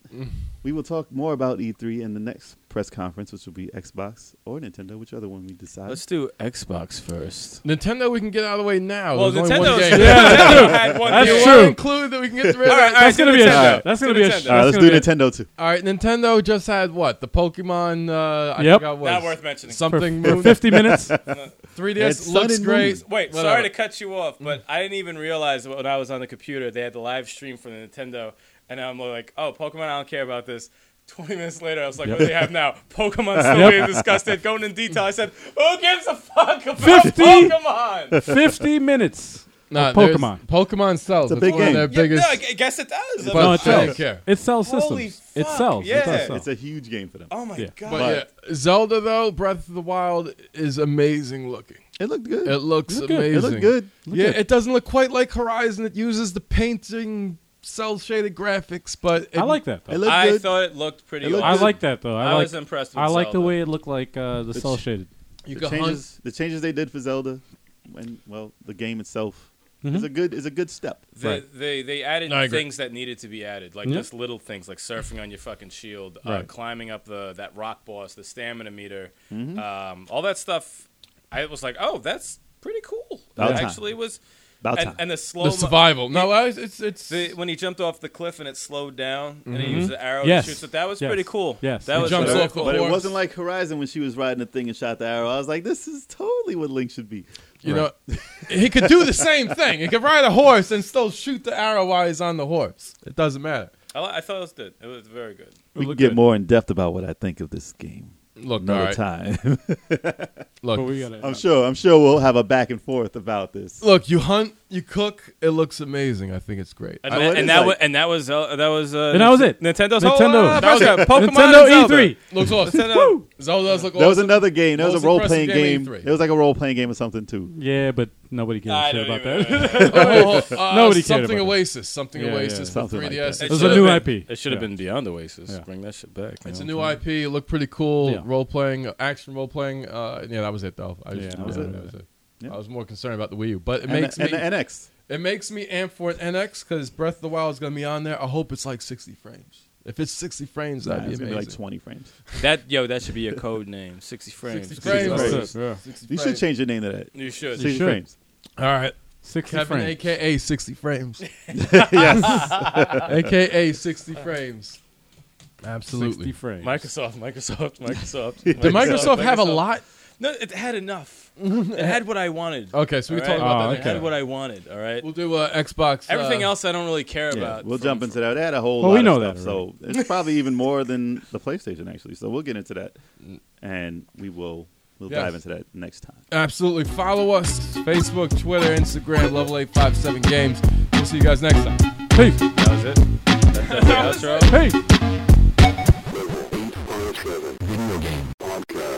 Speaker 4: we will talk more about E3 in the next press conference, which will be Xbox or Nintendo, whichever one we decide.
Speaker 5: Let's do Xbox first.
Speaker 1: Nintendo, we can get out of the way now.
Speaker 5: Well,
Speaker 1: There's
Speaker 5: Oh, Nintendo.
Speaker 1: Only one game.
Speaker 5: Nintendo had one
Speaker 2: That's
Speaker 5: game.
Speaker 1: You
Speaker 2: true.
Speaker 1: want to include that we can get rid
Speaker 5: All
Speaker 1: of. it?
Speaker 5: right, all right,
Speaker 2: That's
Speaker 5: to
Speaker 2: gonna be a.
Speaker 5: Nintendo.
Speaker 2: shout. That's
Speaker 5: To
Speaker 2: gonna be a.
Speaker 5: Nintendo.
Speaker 2: sh-
Speaker 4: All right,
Speaker 2: that's
Speaker 4: let's
Speaker 2: gonna
Speaker 4: do
Speaker 2: be a-
Speaker 4: Nintendo too.
Speaker 1: All right, Nintendo just had what? The Pokemon. Uh, I
Speaker 2: Yep.
Speaker 1: forgot what.
Speaker 5: Not worth mentioning.
Speaker 2: for-
Speaker 1: Something
Speaker 2: for
Speaker 1: Moon.
Speaker 2: fifty minutes.
Speaker 1: 3DS
Speaker 4: It's Sun
Speaker 1: looks
Speaker 4: and
Speaker 1: great.
Speaker 4: Moon.
Speaker 5: Wait,
Speaker 1: Whatever.
Speaker 5: sorry to cut you off, but I didn't even realize when I was on the computer they had the live stream from the Nintendo, and I'm like, oh, Pokemon, I don't care about this. 20 minutes later, I was like, what do they have now? Pokemon still being discussed. It going in detail. I said, who gives a fuck about
Speaker 2: 50?
Speaker 5: Pokemon?
Speaker 2: 50 minutes.
Speaker 1: Nah,
Speaker 2: of
Speaker 1: there's-
Speaker 2: Pokemon.
Speaker 1: Pokemon sells.
Speaker 4: a big
Speaker 1: one of
Speaker 4: game.
Speaker 1: their
Speaker 5: Yeah,
Speaker 1: biggest.
Speaker 5: no, I gu- guess it does.
Speaker 1: But-
Speaker 2: no, it
Speaker 5: I'm
Speaker 1: I don't
Speaker 2: sells.
Speaker 1: care.
Speaker 2: It sells
Speaker 5: Holy
Speaker 2: systems. It
Speaker 5: fuck,
Speaker 2: sells. It
Speaker 5: yeah.
Speaker 2: does sell.
Speaker 4: It's a huge game for them.
Speaker 5: Oh my
Speaker 2: Yeah.
Speaker 5: god!
Speaker 1: but yeah, Zelda though, Breath of the Wild is amazing looking.
Speaker 4: It looked good.
Speaker 1: It looks
Speaker 2: Look good.
Speaker 1: amazing.
Speaker 4: It looked good.
Speaker 1: yeah,
Speaker 2: good.
Speaker 1: it doesn't look quite like Horizon. It uses the painting, cell shaded graphics, but it,
Speaker 2: I like that,
Speaker 4: It
Speaker 2: though.
Speaker 4: looked
Speaker 5: I
Speaker 4: good.
Speaker 5: thought it looked pretty.
Speaker 4: It looked
Speaker 2: I
Speaker 4: good.
Speaker 5: awesome.
Speaker 2: like that, though.
Speaker 5: I,
Speaker 2: I like,
Speaker 5: was impressed. With
Speaker 2: I like the
Speaker 5: Zelda.
Speaker 2: way it looked like uh, the cell shaded.
Speaker 1: You
Speaker 4: the
Speaker 1: can
Speaker 4: changes the changes they did for Zelda, and well, the game itself is a good is a good step.
Speaker 5: They,
Speaker 2: Right.
Speaker 5: they they
Speaker 1: No, I
Speaker 5: added
Speaker 1: agree.
Speaker 5: things that needed to be added, like
Speaker 2: Yeah.
Speaker 5: just little things, like surfing on your fucking shield, uh,
Speaker 2: Right.
Speaker 5: climbing up the that rock boss, the stamina meter,
Speaker 4: Mm-hmm.
Speaker 5: um, all that stuff. I was like, oh, that's pretty cool.
Speaker 4: About
Speaker 5: It
Speaker 4: time.
Speaker 5: actually was,
Speaker 4: About
Speaker 5: and,
Speaker 4: time.
Speaker 5: and the slow
Speaker 1: the
Speaker 5: mo-
Speaker 1: survival. No, I, it's it's
Speaker 5: the- when he jumped off the cliff and it slowed down, and he used the arrow
Speaker 2: Mm-hmm. Yes.
Speaker 5: to shoot. So that was
Speaker 2: Yes.
Speaker 5: pretty cool.
Speaker 2: Yes.
Speaker 5: that
Speaker 2: He
Speaker 5: was
Speaker 1: jumps
Speaker 5: very
Speaker 1: off the
Speaker 5: cool.
Speaker 4: But it
Speaker 1: Horse.
Speaker 4: wasn't like Horizon when she was riding the thing and shot the arrow. I was like, this is totally what Link should be.
Speaker 1: you know he could do the same thing. He could ride a horse and still shoot the arrow while he's on the horse. It doesn't matter.
Speaker 5: I, li- I thought it was good. It was very good.
Speaker 4: We can
Speaker 2: looked
Speaker 4: get
Speaker 2: good.
Speaker 4: more in depth about what I think of this game
Speaker 1: Look, all
Speaker 4: another
Speaker 1: right.
Speaker 4: time.
Speaker 1: Look,
Speaker 2: But we gotta,
Speaker 4: I'm sure. I'm sure we'll have a back and forth about this.
Speaker 1: look. You hunt, you cook. It looks amazing. I think it's great.
Speaker 5: And,
Speaker 1: I-
Speaker 5: that-
Speaker 4: it is
Speaker 5: and that
Speaker 4: like-
Speaker 5: was and that was uh, that was uh,
Speaker 2: And that was it.
Speaker 5: Nintendo's
Speaker 2: Nintendo.
Speaker 5: Whole, that was it. Pokemon
Speaker 2: Nintendo E
Speaker 5: and Zelda.
Speaker 2: E3.
Speaker 1: looks awesome.
Speaker 5: Nintendo.
Speaker 1: Zelda's look
Speaker 4: There was
Speaker 1: awesome.
Speaker 4: another game. There was
Speaker 1: Most
Speaker 4: a role playing
Speaker 1: impressive game
Speaker 4: game.
Speaker 1: E3.
Speaker 4: It was like a role playing game or something too.
Speaker 2: Yeah, but nobody gives
Speaker 5: I
Speaker 2: a shit
Speaker 5: don't
Speaker 2: about
Speaker 5: even
Speaker 2: that.
Speaker 1: Oh, uh,
Speaker 2: Nobody cared
Speaker 1: something
Speaker 2: about that.
Speaker 1: Oasis, something
Speaker 2: Yeah, yeah,
Speaker 1: Oasis, for
Speaker 4: something like
Speaker 1: 3DS.
Speaker 4: that.
Speaker 1: It's
Speaker 2: was
Speaker 5: should
Speaker 2: a
Speaker 5: have
Speaker 2: new
Speaker 5: been-
Speaker 2: IP.
Speaker 5: It should have
Speaker 2: Yeah.
Speaker 5: been Beyond Oasis.
Speaker 2: Yeah.
Speaker 5: Bring that shit back.
Speaker 1: It's a
Speaker 5: man.
Speaker 1: new IP. It looked pretty cool.
Speaker 2: Yeah.
Speaker 1: Role playing, action role playing. Uh, yeah, that was it though. I
Speaker 2: Yeah,
Speaker 1: just,
Speaker 2: that was
Speaker 4: it. Yeah.
Speaker 1: I was more concerned about the Wii U, but it
Speaker 4: And,
Speaker 1: makes
Speaker 4: the, and
Speaker 1: me
Speaker 4: the NX.
Speaker 1: it makes me amp for an NX because Breath of the Wild is gonna be on there. I hope it's like 60 frames. If it's 60 frames,
Speaker 4: Nah,
Speaker 1: that'd be
Speaker 4: it's gonna be
Speaker 1: amazing.
Speaker 4: like 20 frames.
Speaker 5: That yo, that should be your code name. Sixty frames.
Speaker 1: 60
Speaker 5: Jesus.
Speaker 1: frames.
Speaker 4: frames.
Speaker 2: Yeah.
Speaker 1: 60
Speaker 4: You should
Speaker 1: frames.
Speaker 4: change the name of that.
Speaker 5: You should.
Speaker 2: You
Speaker 4: 60
Speaker 2: should.
Speaker 4: frames.
Speaker 1: All right,
Speaker 2: 60
Speaker 1: Kevin,
Speaker 2: frames.
Speaker 1: aka 60 frames,
Speaker 4: yes.
Speaker 1: aka 60 frames.
Speaker 2: 60
Speaker 1: Absolutely.
Speaker 2: frames.
Speaker 5: Microsoft, Microsoft, Microsoft.
Speaker 1: Did Microsoft have a lot?
Speaker 5: No, it had enough. it had what I wanted.
Speaker 1: Okay, so we
Speaker 5: all
Speaker 1: talk
Speaker 5: right?
Speaker 1: about
Speaker 2: Oh,
Speaker 1: that.
Speaker 5: It
Speaker 1: next.
Speaker 2: okay.
Speaker 5: had what I wanted. All right.
Speaker 1: We'll do uh, Xbox.
Speaker 5: Everything
Speaker 1: uh,
Speaker 5: else, I don't really care
Speaker 4: Yeah,
Speaker 5: about.
Speaker 4: we'll
Speaker 5: from-
Speaker 4: jump into that. They had a whole
Speaker 2: Well,
Speaker 4: lot
Speaker 2: we know
Speaker 4: of
Speaker 2: that
Speaker 4: stuff, so it's probably even more than the PlayStation actually. So we'll get into that, and we will we'll
Speaker 1: Mm. Yes.
Speaker 4: dive into that next time.
Speaker 1: Absolutely. Follow us Facebook, Twitter, Instagram, level 857 games. We'll see you guys next time.
Speaker 2: Peace.
Speaker 5: That was it. That's the outro.
Speaker 2: Peace.
Speaker 6: Video game podcast.